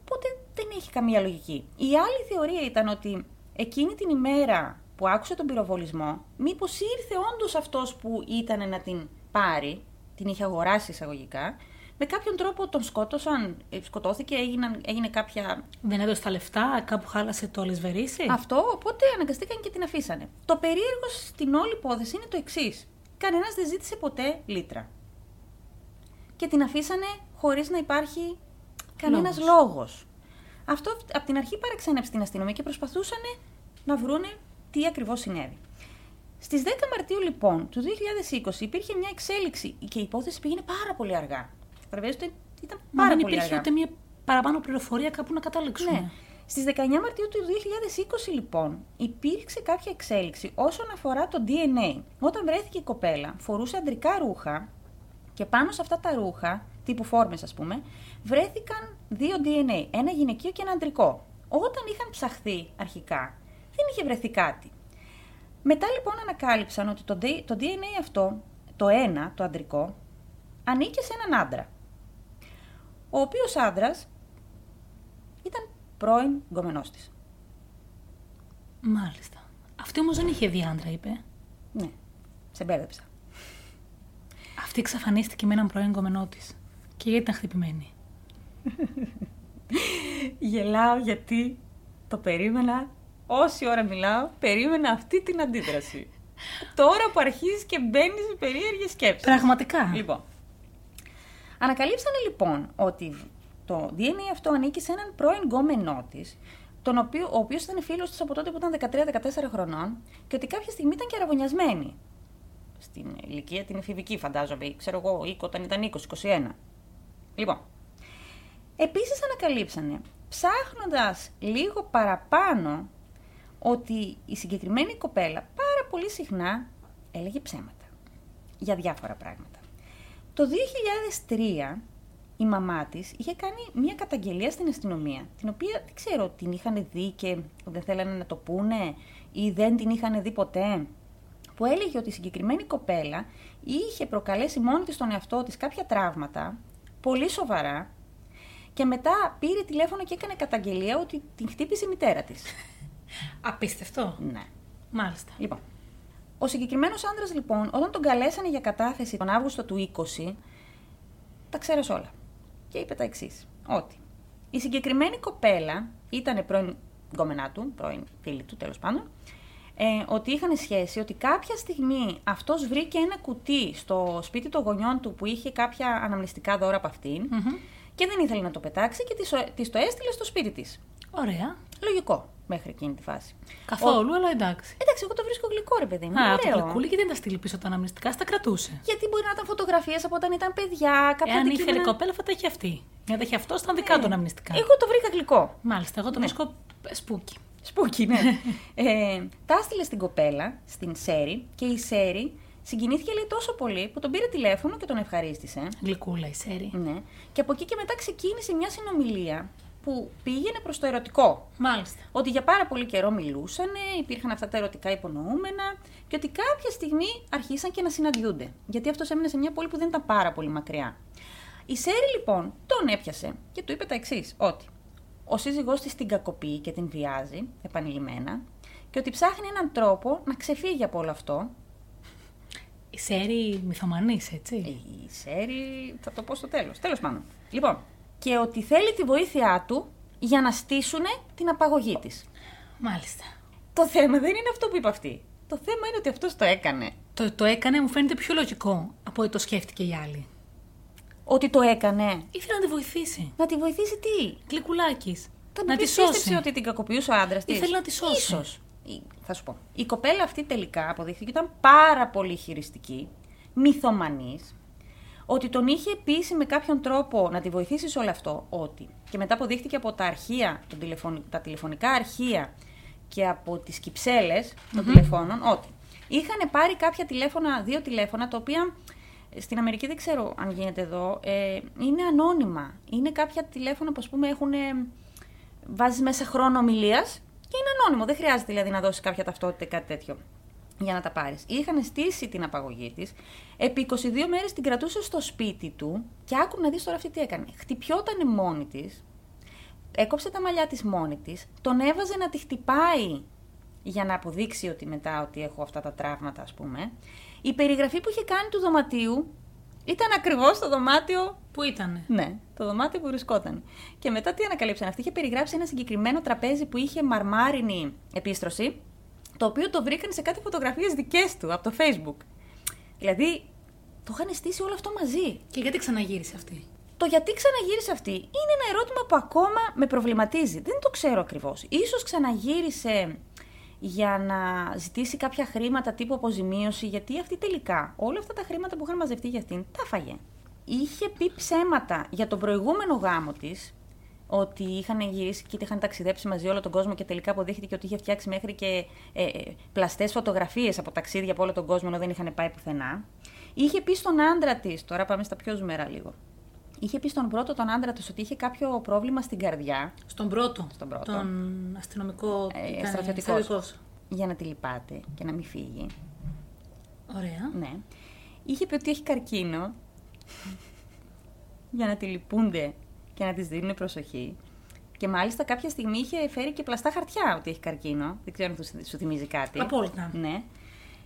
Οπότε δεν έχει καμία λογική. Η άλλη θεωρία ήταν ότι εκείνη την ημέρα που άκουσε τον πυροβολισμό, μήπως ήρθε όντως αυτός που ήταν να την πάρει, την είχε αγοράσει εισαγωγικά, με κάποιον τρόπο τον σκότωσαν, ε, σκοτώθηκε, έγιναν, έγινε κάποια Δεν έδωσε τα λεφτά, κάπου χάλασε το αλυσβερίσι. αυτό, οπότε αναγκαστήκαν και την αφήσανε. Το περίεργο στην όλη υπόθεση είναι το εξής. Κανένας δεν ζήτησε ποτέ λίτρα. Και την αφήσανε χωρίς να υπάρχει κανένας Λόγος. λόγος. Αυτό από την αρχή παραξένεψε την αστυνομία και προσπαθούσαν να βρούνε τι ακριβώς συνέβη. Στις 10 Μαρτίου λοιπόν του 2020 υπήρχε μια εξέλιξη και η υπόθεση πήγαινε πάρα πολύ αργά. Καταλαβαίνετε, ήταν Μα πάρα δεν πολύ υπήρχε αργά. ούτε μία παραπάνω πληροφορία κάπου να καταλήξουμε. Ναι. Στις 19 Μαρτίου του 2020, λοιπόν, υπήρξε κάποια εξέλιξη όσον αφορά το DNA. Όταν βρέθηκε η κοπέλα, φορούσε αντρικά ρούχα και πάνω σε αυτά τα ρούχα, τύπου φόρμες ας πούμε, βρέθηκαν δύο DNA, ένα γυναικείο και ένα αντρικό. Όταν είχαν ψαχθεί αρχικά, δεν είχε βρεθεί κάτι. Μετά λοιπόν ανακάλυψαν ότι το D- το DNA αυτό, το ένα, το αντρικό, ανήκε σε έναν άντρα. Ο οποίος άντρας ήταν πρώην γκομενός της. Μάλιστα. Αυτή όμως δεν είχε δει άντρα, είπε. Ναι, σε μπέρδεψα. Αυτή εξαφανίστηκε με έναν πρώην κομμενό της. Και γιατί ήταν χτυπημένη. Γελάω γιατί το περίμενα, όση ώρα μιλάω, περίμενα αυτή την αντίδραση. Τώρα που αρχίζεις και μπαίνεις σε περίεργες σκέψεις. Πραγματικά. Λοιπόν, ανακαλύψανε λοιπόν ότι το DNA αυτό ανήκει σε έναν πρώην γκόμενό της, τον οποίο, ο οποίος ήταν φίλος της από τότε που ήταν 13-14 χρονών, και ότι κάποια στιγμή ήταν και αραβωνιασμένη. Στην ηλικία την εφηβική, φαντάζομαι, ή ξέρω εγώ, ή όταν ήταν 20-21. Λοιπόν, επίσης ανακαλύψανε, ψάχνοντας λίγο παραπάνω, ότι η συγκεκριμένη κοπέλα πάρα πολύ συχνά έλεγε ψέματα για διάφορα πράγματα. Το 2003 η μαμά της είχε κάνει μια καταγγελία στην αστυνομία, την οποία δεν ξέρω την είχαν δει και δεν θέλανε να το πούνε ή δεν την είχαν δει ποτέ, που έλεγε ότι η συγκεκριμένη κοπέλα είχε προκαλέσει μόνη της στον εαυτό της κάποια τραύματα, πολύ σοβαρά, και μετά πήρε τηλέφωνο και έκανε καταγγελία ότι την χτύπησε η μητέρα της. Απίστευτο. ναι. Μάλιστα. Λοιπόν. Ο συγκεκριμένος άντρας, λοιπόν, όταν τον καλέσανε για κατάθεση τον Αύγουστο του 20, τα ξέρε όλα. Και είπε τα εξής: Ότι η συγκεκριμένη κοπέλα ήταν πρώην γκόμενά του, πρώην φίλη του τέλος πάντων, ε, ότι είχαν σχέση, ότι κάποια στιγμή αυτός βρήκε ένα κουτί στο σπίτι των γονιών του που είχε κάποια αναμνηστικά δώρα από αυτήν Μμμ. και δεν ήθελε να το πετάξει και της, ο- της το έστειλε στο σπίτι της. Ωραία. Λογικό μέχρι εκείνη τη φάση. Καθόλου, αλλά εντάξει. Εντάξει, εγώ το βρίσκω γλυκό, ρε παιδί μου. Α, το ωραίο. γλυκούλι και δεν τα στείλει πίσω τα αναμνηστικά, στα κρατούσε. Γιατί μπορεί να ήταν φωτογραφίες από όταν ήταν παιδιά, κάποια Εάν ήθελε η αντικείμενα. Ναι. κοπέλα, θα τα είχε αυτή. Για τα είχε αυτό, ήταν δικά του αναμνηστικά. Εγώ το βρήκα γλυκό. Μάλιστα, εγώ τον Ναι. βρίσκω σπούκι. Σπούκι, ναι. ε, τα έστειλε στην κοπέλα, στην Σέρι, και η Σέρι συγκινήθηκε λέει τόσο πολύ που τον πήρε τηλέφωνο και τον ευχαρίστησε. Γλυκούλα η Σέρι. Ναι. Και από εκεί και μετά ξεκίνησε μια συνομιλία που πήγαινε προς το ερωτικό. Μάλιστα. Ότι για πάρα πολύ καιρό μιλούσανε, υπήρχαν αυτά τα ερωτικά υπονοούμενα και ότι κάποια στιγμή αρχίσαν και να συναντιούνται. Γιατί αυτός έμεινε σε μια πόλη που δεν ήταν πάρα πολύ μακριά. Η Σέρι λοιπόν τον έπιασε και του είπε τα εξής: Ότι ο σύζυγός της την κακοποιεί και την βιάζει επανειλημμένα και ότι ψάχνει έναν τρόπο να ξεφύγει από όλο αυτό. Η Σέρι μυθομανής, έτσι. Η Σέρι θα το πω στο τέλος, τέλος πάντων. Λοιπόν, και ότι θέλει τη βοήθειά του για να στήσουν την απαγωγή της. Μάλιστα. Το θέμα δεν είναι αυτό που είπε αυτή. Το θέμα είναι ότι αυτός το έκανε. Το, το έκανε, μου φαίνεται πιο λογικό από ότι το σκέφτηκε η άλλη. Ότι το έκανε. Ήθελε να τη βοηθήσει. Να τη βοηθήσει τι. Γλυκουλάκι. Τον Να τη πίστεψε σώσει. ότι την κακοποιούσε ο άντρας της. Ήθελε να τη σώσει. Ίσως. Ή- Θα σου πω. Η κοπέλα αυτή τελικά αποδείχθηκε ότι ήταν πάρα πολύ χειριστική, μυθομανής, ότι τον είχε πείσει με κάποιον τρόπο να τη βοηθήσει σε όλο αυτό. Ότι. Και μετά αποδείχθηκε από τα αρχεία, τον τηλεφων- τα τηλεφωνικά αρχεία και από τις κυψέλες των τηλεφώνων ότι είχαν πάρει κάποια τηλέφωνα, δύο τηλέφωνα, τα οποία ε, στην Αμερική δεν ξέρω αν γίνεται εδώ, ε, είναι ανώνυμα. Είναι κάποια τηλέφωνα που, ας πούμε, έχουν. βάζεις μέσα χρόνο ομιλίας και είναι ανώνυμο. Δεν χρειάζεται δηλαδή να δώσεις κάποια ταυτότητα ή κάτι τέτοιο για να τα πάρεις. Είχαν στήσει την απαγωγή της. Επί 22 μέρες την κρατούσε στο σπίτι του και άκου να δεις τώρα αυτή τι έκανε. Χτυπιόταν μόνη της, έκοψε τα μαλλιά της μόνη της, τον έβαζε να τη χτυπάει για να αποδείξει ότι μετά ότι έχω αυτά τα τραύματα, ας πούμε. Η περιγραφή που είχε κάνει του δωματίου ήταν ακριβώς το δωμάτιο Πού ήτανε. ναι, το δωμάτιο που βρισκόταν. Και μετά τι ανακαλύψαν. Αυτή είχε περιγράψει ένα συγκεκριμένο τραπέζι που είχε μαρμάρινη επίστρωση, το οποίο το βρήκαν σε κάτι φωτογραφίες δικές του από το Facebook. Δηλαδή, το είχαν στήσει όλο αυτό μαζί. Και γιατί ξαναγύρισε αυτή. Το γιατί ξαναγύρισε αυτή είναι ένα ερώτημα που ακόμα με προβληματίζει. Δεν το ξέρω ακριβώς. σω ξαναγύρισε για να ζητήσει κάποια χρήματα τύπου αποζημίωση, γιατί αυτή τελικά όλα αυτά τα χρήματα που είχαν μαζευτεί για αυτήν τα φαγε. Είχε πει ψέματα για τον προηγούμενο γάμο της, ότι είχαν γυρίσει και είχαν ταξιδέψει μαζί όλο τον κόσμο και τελικά αποδείχθηκε ότι είχε φτιάξει μέχρι και ε, πλαστές φωτογραφίες από ταξίδια από όλο τον κόσμο ενώ δεν είχαν πάει πουθενά. Είχε πει στον άντρα της, τώρα πάμε στα πιο ζουμερά λίγο. Είχε πει στον πρώτο τον άντρα της ότι είχε κάποιο πρόβλημα στην καρδιά. Στον πρώτο. Στον πρώτο. Τον αστυνομικό. Ε, ήταν στρατιωτικός. στρατιωτικός. Για να τη λυπάτε και να μην φύγει. Ωραία. Ναι. Είχε πει ότι έχει καρκίνο για να τη λυπούνται και να της δίνουν προσοχή. Και μάλιστα κάποια στιγμή είχε φέρει και πλαστά χαρτιά ότι έχει καρκίνο. Δεν ξέρω αν σου- σου θυμίζει κάτι. Απόλυτα. Ναι.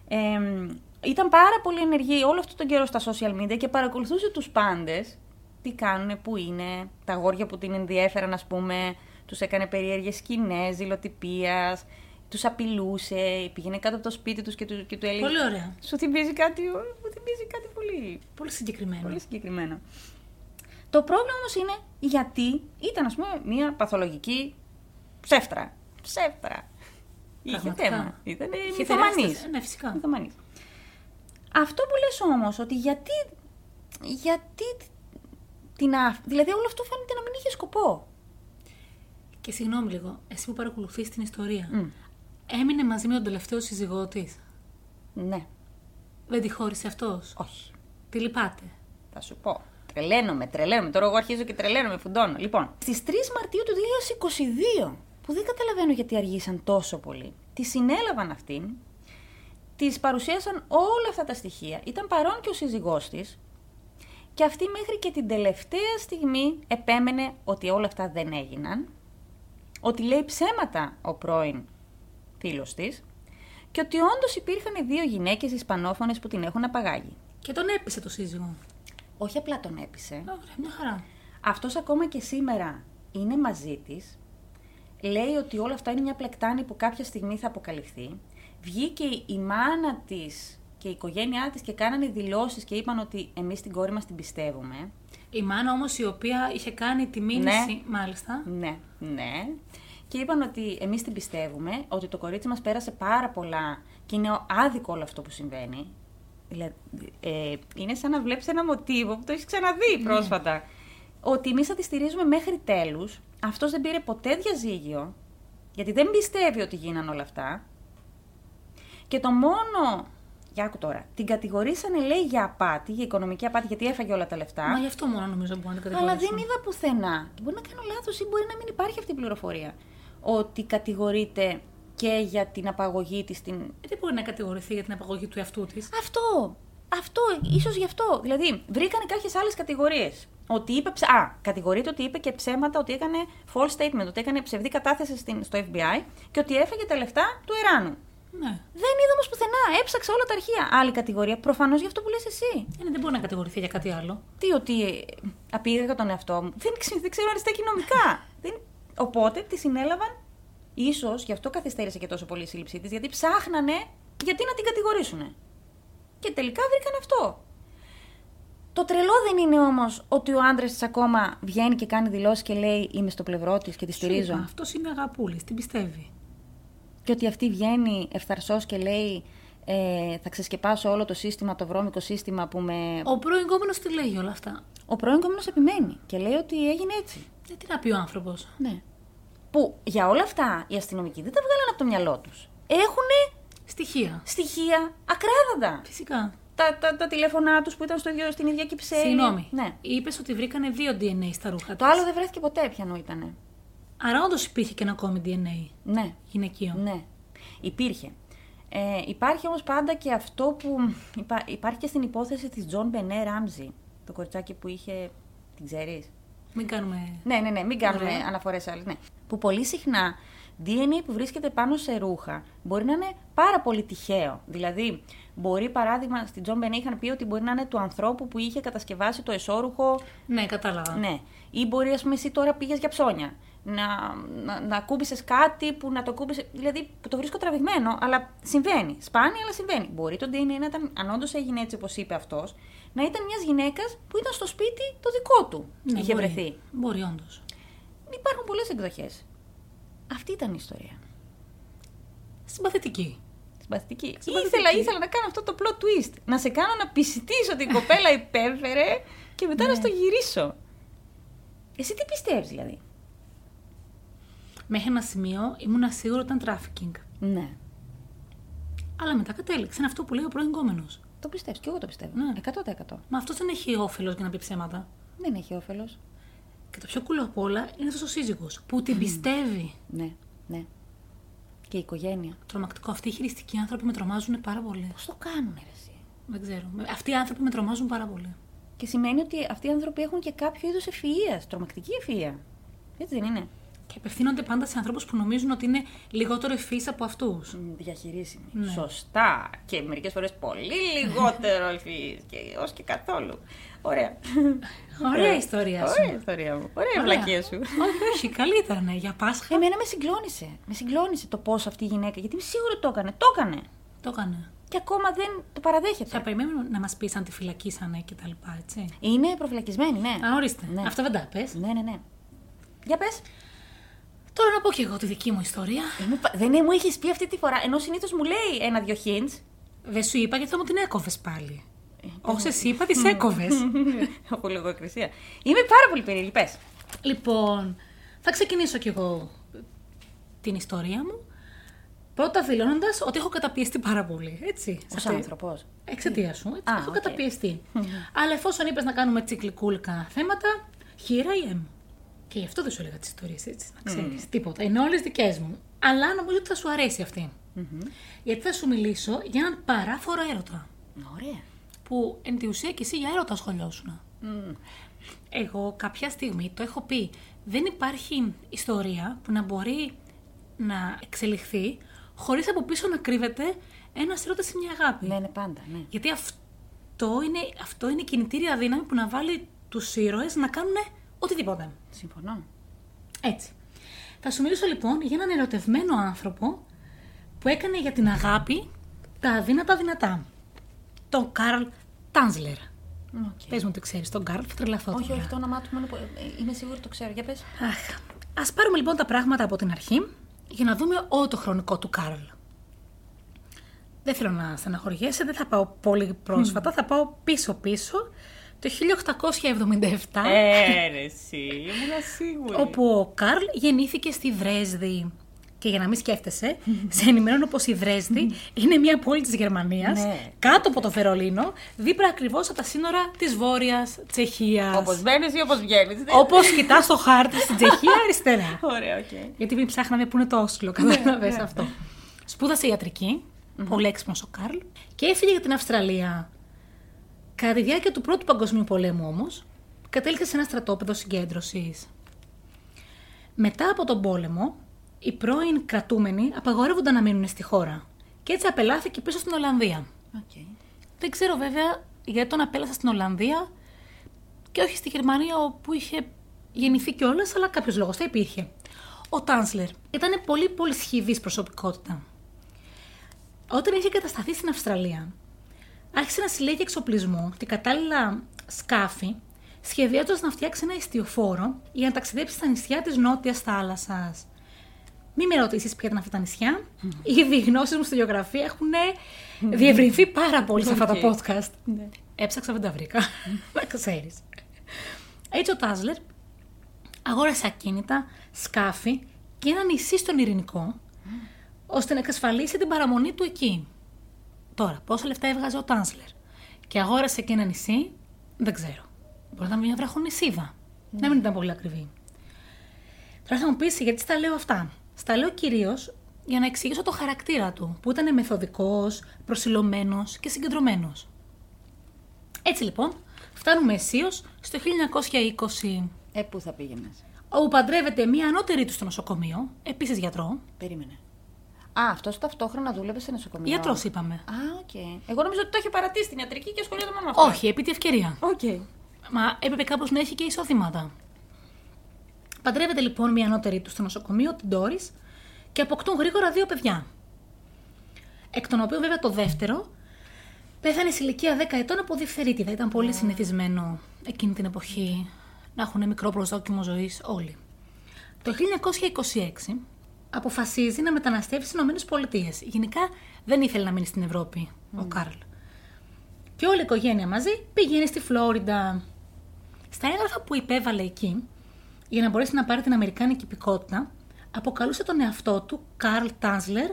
Εμ, ήταν πάρα πολύ ενεργή όλο αυτό τον καιρό στα social media και παρακολουθούσε τους πάντες τι κάνουν, πού είναι, τα αγόρια που την ενδιέφεραν ας πούμε, τους έκανε περίεργες σκηνές, δηλοτυπίας, τους απειλούσε, πήγαινε κάτω από το σπίτι τους και του, και του έλεγε... Πολύ ωραία. Σου θυμίζει κάτι, ω, μου θυμίζει κάτι πολύ, Πολύ Ε, συγκεκριμένο. πολύ συγκεκριμένο. Το πρόβλημα όμως είναι γιατί ήταν ας πούμε μια παθολογική ψεύτρα. Ψεύτρα. Είχε Πραγματικά. θέμα. Ήταν Είχε μυθομανής. τεράστιες- Ναι, φυσικά. Μυθομανής. Αυτό που λες όμως ότι γιατί, γιατί την αφ... Δηλαδή όλο αυτό φαίνεται να μην είχε σκοπό. Και συγγνώμη λίγο, εσύ που παρακολουθείς την ιστορία. Μμ. Έμεινε μαζί με τον τελευταίο σύζυγό της. Ναι, Δεν τη χώρισε αυτός. όχι. Τη λυπάται. Θα σου πω. Τρελαίνομαι, τρελαίνομαι. Τώρα εγώ αρχίζω και τρελαίνομαι, φουντώνω. Λοιπόν, στις 3 Μαρτίου του 2022, που δεν καταλαβαίνω γιατί αργήσαν τόσο πολύ, τη συνέλαβαν αυτήν, τη παρουσίασαν όλα αυτά τα στοιχεία. Ήταν παρόν και ο σύζυγός της. Και αυτή μέχρι και την τελευταία στιγμή επέμενε ότι όλα αυτά δεν έγιναν. Ότι λέει ψέματα ο πρώην φίλος της και ότι όντως υπήρχαν δύο γυναίκες Ισπανόφωνες που την έχουν απαγάγει. Και τον έπεισε το σύζυγο. Όχι απλά τον έπεισε, Ωραία, μια χαρά. αυτός ακόμα και σήμερα είναι μαζί της. Λέει ότι όλα αυτά είναι μια πλεκτάνη που κάποια στιγμή θα αποκαλυφθεί. Βγήκε η μάνα της και η οικογένειά της και κάνανε δηλώσεις και είπαν ότι εμείς την κόρη μας την πιστεύουμε. Η μάνα όμως η οποία είχε κάνει τη μήνυση, μάλιστα. Ναι, ναι. Και είπαν ότι εμείς την πιστεύουμε, ότι το κορίτσι μας πέρασε πάρα πολλά και είναι άδικο όλο αυτό που συμβαίνει. Δηλαδή, ε, είναι σαν να βλέπεις ένα μοτίβο που το έχεις ξαναδεί πρόσφατα. Ότι εμείς θα τη στηρίζουμε μέχρι τέλους. Αυτός δεν πήρε ποτέ διαζύγιο, γιατί δεν πιστεύει ότι γίναν όλα αυτά. Και το μόνο... Για άκου τώρα. Την κατηγορήσανε, λέει, για απάτη, για οικονομική απάτη, γιατί έφαγε όλα τα λεφτά. Μα γι' αυτό μόνο νομίζω μπορεί να την Αλλά κατηγορήσουν. δεν είδα πουθενά. Μπορεί να κάνω λάθος ή μπορεί να μην υπάρχει αυτή η πληροφορία. Ότι κατηγορείται και για την απαγωγή της. Την... Ε, Δεν μπορεί να κατηγορηθεί για την απαγωγή του εαυτού της. Αυτό! Αυτό, ίσως γι' αυτό. Δηλαδή, βρήκανε κάποιες άλλες κατηγορίες. Ότι είπε. ψε- Α, κατηγορείται ότι είπε και ψέματα, ότι έκανε false statement, ότι έκανε ψευδή κατάθεση στην, στο FBI και ότι έφαγε τα λεφτά του Ιράνου. Ναι. Δεν είδα όμως πουθενά. Έψαξα όλα τα αρχεία. Άλλη κατηγορία. Προφανώς γι' αυτό που λες εσύ. Ε, ναι, δεν μπορεί να κατηγορηθεί για κάτι άλλο. Τι, ότι ε, απήγαγα τον εαυτό μου. Δεν, ξε- δεν ξέρω αν στέκει νομικά. δεν... Οπότε τη συνέλαβαν. σω γι' αυτό καθυστέρησε και τόσο πολύ η σύλληψή της, γιατί ψάχνανε γιατί να την κατηγορήσουν. Και τελικά βρήκαν αυτό. Το τρελό δεν είναι όμως ότι ο άντρας της ακόμα βγαίνει και κάνει δηλώσεις και λέει Είμαι στο πλευρό της και τη στηρίζω. Αυτός είναι αγαπούλης, την πιστεύει. Και ότι αυτή βγαίνει ευθαρσός και λέει ε, Θα ξεσκεπάσω όλο το σύστημα, το βρώμικο σύστημα που με. Ο προηγούμενο τι λέει όλα αυτά. Ο πρώην κομμένος επιμένει και λέει ότι έγινε έτσι. Ε, τι να πει ο άνθρωπος. Ναι. Που για όλα αυτά οι αστυνομικοί δεν τα βγάλανε από το μυαλό τους. Έχουν Στοιχεία. στοιχεία ακράδαντα. Φυσικά. Τα, τα, τα τηλέφωνά τους που ήταν στο ίδιο, στην ίδια κυψέλη. Συγγνώμη. Ναι. Είπες ότι βρήκανε δύο DNA στα ρούχα Το της. άλλο δεν βρέθηκε ποτέ ποιανού ήτανε. Άρα όντως υπήρχε και ένα ακόμη DNA Ναι. γυναικείο. Ναι. Υπήρχε. Ε, υπάρχει όμως πάντα και αυτό που υπά- υπάρχει και στην υπόθεση της Τζον Μπενέ Ράμζι, το κοριτσάκι που είχε, την ξέρεις, Μην κάνουμε. Ναι, ναι, ναι, μην κάνουμε Ωραία. αναφορές άλλες. Ναι. Που πολύ συχνά DNA που βρίσκεται πάνω σε ρούχα μπορεί να είναι πάρα πολύ τυχαίο. Δηλαδή, μπορεί παράδειγμα στην Τζον Μπενέ είχαν πει ότι μπορεί να είναι του ανθρώπου που είχε κατασκευάσει το εσώρουχο. Ναι, κατάλαβα. Ναι. Ή μπορεί, ας πούμε, εσύ τώρα πήγες για ψώνια. Να, να, να κούμπησε κάτι που να το κούμπησε. Δηλαδή, που το βρίσκω τραβηγμένο, αλλά συμβαίνει. Σπάνια, αλλά συμβαίνει. Μπορεί το DNA να ήταν, αν όντως έγινε έτσι όπως είπε αυτός, να ήταν μιας γυναίκας που ήταν στο σπίτι το δικό του. Ναι, είχε μπορεί. βρεθεί. Μπορεί, όντως. Υπάρχουν πολλές εκδοχές. Αυτή ήταν η ιστορία. συμπαθητική. Συμπαθητική. Συμπαθητική. Ήθελα, ήθελα να κάνω αυτό το plot twist. Να σε κάνω να πισιτήσω ότι η κοπέλα υπέφερε και μετά να στο γυρίσω. Ναι. Εσύ τι πιστεύεις, δηλαδή. Μέχρι ένα σημείο ήμουν σίγουρο ότι ήταν τράφικινγκ. Ναι. Αλλά μετά κατέληξε. Είναι αυτό που λέει ο προηγούμενος. Το πιστεύεις. Και εγώ το πιστεύω. Ναι. 100%. Μα αυτός δεν έχει όφελος για να πει ψέματα. Δεν έχει όφελος. Και το πιο κουλό απ' όλα είναι αυτός ο σύζυγος που την πιστεύει. Ναι, ναι. Και η οικογένεια. Τρομακτικό. Αυτοί οι χειριστικοί άνθρωποι με τρομάζουν πάρα πολύ. Πώς το κάνουν, ρε, εσύ. Δεν ξέρω. Με- Αυτοί οι άνθρωποι με τρομάζουν πάρα πολύ. Και σημαίνει ότι αυτοί οι άνθρωποι έχουν και κάποιο είδος ευφυα, τρομακτική ευφυα. Έτσι δεν είναι. Και απευθύνονται πάντα σε ανθρώπους που νομίζουν ότι είναι λιγότερο ευφύ από αυτούς. Μ, Διαχειρίσιμη. Ναι. Σωστά. Και μερικές φορές πολύ λιγότερο ευφυή. Και ως και καθόλου. Ωραία. Ε, Ωραία η ιστορία σου. Ωραία η ιστορία μου. Ωραία η βλακία σου. Όχι, όχι, καλή ήταν. Για Πάσχα Εμένα με συγκλώνησε. Με συγκλώνησε το πώς αυτή η γυναίκα. Γιατί είμαι σίγουρη ότι το έκανε. Το έκανε. το έκανε. Και ακόμα δεν το παραδέχεται. Θα περιμένουμε να μας πεις αν τη φυλακίσανε και τα λοιπά, έτσι. Είναι προφυλακισμένη, ναι. Α, ορίστε. Ναι. Αυτά δεν τα πες. Ναι, ναι, ναι. Για πες. Τώρα να πω και εγώ τη δική μου ιστορία. Είμαι πα- Δεν ε, μου έχεις πει αυτή τη φορά. Ενώ συνήθως μου λέει ένα-δυο hints. Δεν σου είπα γιατί θα μου την έκοβες πάλι. Ε, Όσε είπα, τις έκοβες. Από λογοκρισία. Είμαι πάρα πολύ περίεργη. Πες. λοιπόν, θα ξεκινήσω κι εγώ την ιστορία μου. Πρώτα δηλώνοντας ότι έχω καταπιεστεί πάρα πολύ. Έτσι. σε Ως αυτή- άνθρωπος. Εξαιτίας σου. Έτσι, Α, έχω οκ. καταπιεστεί. Αλλά εφόσον είπες να κάνουμε τσικλικούλκα θέματα, here I am. Και γι' αυτό δεν σου έλεγα τις ιστορίες έτσι, να ξέρεις. Τίποτα. Είναι όλες δικές μου. Αλλά νομίζω ότι θα σου αρέσει αυτή. Γιατί θα σου μιλήσω για έναν παράφορο έρωτα. Ωραία. Που εν τη ουσία και εσύ για έρωτα σχολιώσουν. Εγώ κάποια στιγμή το έχω πει. Δεν υπάρχει ιστορία που να μπορεί να εξελιχθεί χωρίς από πίσω να κρύβεται ένας έρωτας ή μια αγάπη. Ναι, είναι πάντα, ναι. Γιατί αυτό είναι, αυτό είναι η κινητήρια δύναμη που να βάλει τους ήρωες να κάνουν οτιδήποτε. Συμφωνώ. Έτσι. Θα σου μιλήσω λοιπόν για έναν ερωτευμένο άνθρωπο που έκανε για την αγάπη τα αδύνατα δυνατά. Τον Καρλ Τάνσλερ. Οκ. Πες μου το ξέρεις, τον Καρλ, θα τρελαθώ Όχι, τώρα. όχι, το όνομά του μόνο που. ε, Είμαι σίγουρη το ξέρω. Για πες. Αχ. Ας πάρουμε λοιπόν τα πράγματα από την αρχή για να δούμε όλο το χρονικό του Κάρλ. Δεν θέλω να στεναχωριέσαι, δεν θα πάω πολύ πρόσφατα, θα πάω πίσω-πίσω το 1877, Ε, Έρεση, ήμουν σίγουρη. όπου ο Κάρλ γεννήθηκε στη Δρέσδη. Και για να μην σκέφτεσαι, σε ενημερώνω πως η Δρέσδη είναι μια πόλη της Γερμανίας, Ναι. κάτω από το Βερολίνο, δίπλα ακριβώς από τα σύνορα της Βόρειας Τσεχίας. Όπως μπαίνεις ή όπως βγαίνεις. Όπως κοιτάς το χάρτη στην Τσεχία αριστερά. Ωραία, οκ. Γιατί μην ψάχναμε που είναι το Όσλο, κατάλαβε αυτό. Σπούδασε ιατρική, πολύ έξυπνος ο Καρλ, και έφυγε για την Αυστραλία. Κατά τη διάρκεια του Πρώτου Παγκοσμίου Πολέμου όμως, κατέληξε σε ένα στρατόπεδο συγκέντρωσης. Μετά από τον πόλεμο, οι πρώην κρατούμενοι απαγορεύονταν να μείνουν στη χώρα και έτσι απελάθηκε πίσω στην Ολλανδία. Οκ. Δεν ξέρω βέβαια γιατί τον απέλασα στην Ολλανδία και όχι στη Γερμανία όπου είχε γεννηθεί κιόλας, αλλά κάποιος λόγος θα υπήρχε. Ο Τάνσλερ ήταν πολύ πολύ σχηδής προσωπικότητα. Όταν είχε κατασταθεί στην Αυστραλία, άρχισε να συλλέγει εξοπλισμό και κατάλληλα σκάφη, σχεδιάζοντας να φτιάξει ένα ιστιοφόρο για να ταξιδέψει στα νησιά της Νότιας θάλασσας. Μη με ρωτήσεις ποια ήταν αυτά τα νησιά. Ήδη οι γνώσεις μου στη γεωγραφία έχουν διευρυνθεί πάρα πολύ σε αυτά τα Οκ. podcast. Έψαξα, δεν τα βρήκα. Να ξέρεις. Έτσι ο Τάσλερ αγόρασε ακίνητα, σκάφη και ένα νησί στον Ειρηνικό, ώστε να εξασφαλίσει την παραμονή του εκεί. Τώρα, πόσα λεφτά έβγαζε ο Τάνσλερ και αγόρασε και ένα νησί, δεν ξέρω. Μπορεί να ήταν μια βραχονισίδα. Να μην ήταν πολύ ακριβή. Τώρα θα μου πεις γιατί στα λέω αυτά. Στα λέω κυρίως για να εξηγήσω το χαρακτήρα του, που ήταν μεθοδικός, προσιλωμένος και συγκεντρωμένος. Έτσι λοιπόν, φτάνουμε αισίως στο 1920, Ε, πού θα πήγαινες. όπου παντρεύεται μία ανώτερη του στο νοσοκομείο, επίσης γιατρό. Περίμενε. Α, αυτός ταυτόχρονα δούλευε σε νοσοκομείο. Γιατρός είπαμε. Α, οκ. Εγώ νομίζω ότι το είχε παρατήσει στην ιατρική και ασχολιόταν μόνο με αυτό. Όχι, επί τη ευκαιρία. Οκ. Μα έπρεπε κάπως να έχει και εισόδηματα. Παντρεύεται λοιπόν μια ανώτερη του στο νοσοκομείο, την Τόρις, και αποκτούν γρήγορα δύο παιδιά. Εκ των οποίων βέβαια το δεύτερο πέθανε σε ηλικία 10 ετών από διφθερίτιδα. Ήταν πολύ συνηθισμένο εκείνη την εποχή να έχουν μικρό προσδόκιμο ζωής όλοι. Το 1926 αποφασίζει να μεταναστεύσει στι ΗΠΑ. Γενικά δεν ήθελε να μείνει στην Ευρώπη ο Κάρλ. Και όλη η οικογένεια μαζί πηγαίνει στη Φλόριντα. Στα έγγραφα που υπέβαλε εκεί, για να μπορέσει να πάρει την Αμερικάνικη υπηκότητα, αποκαλούσε τον εαυτό του Καρλ Τάνσλερ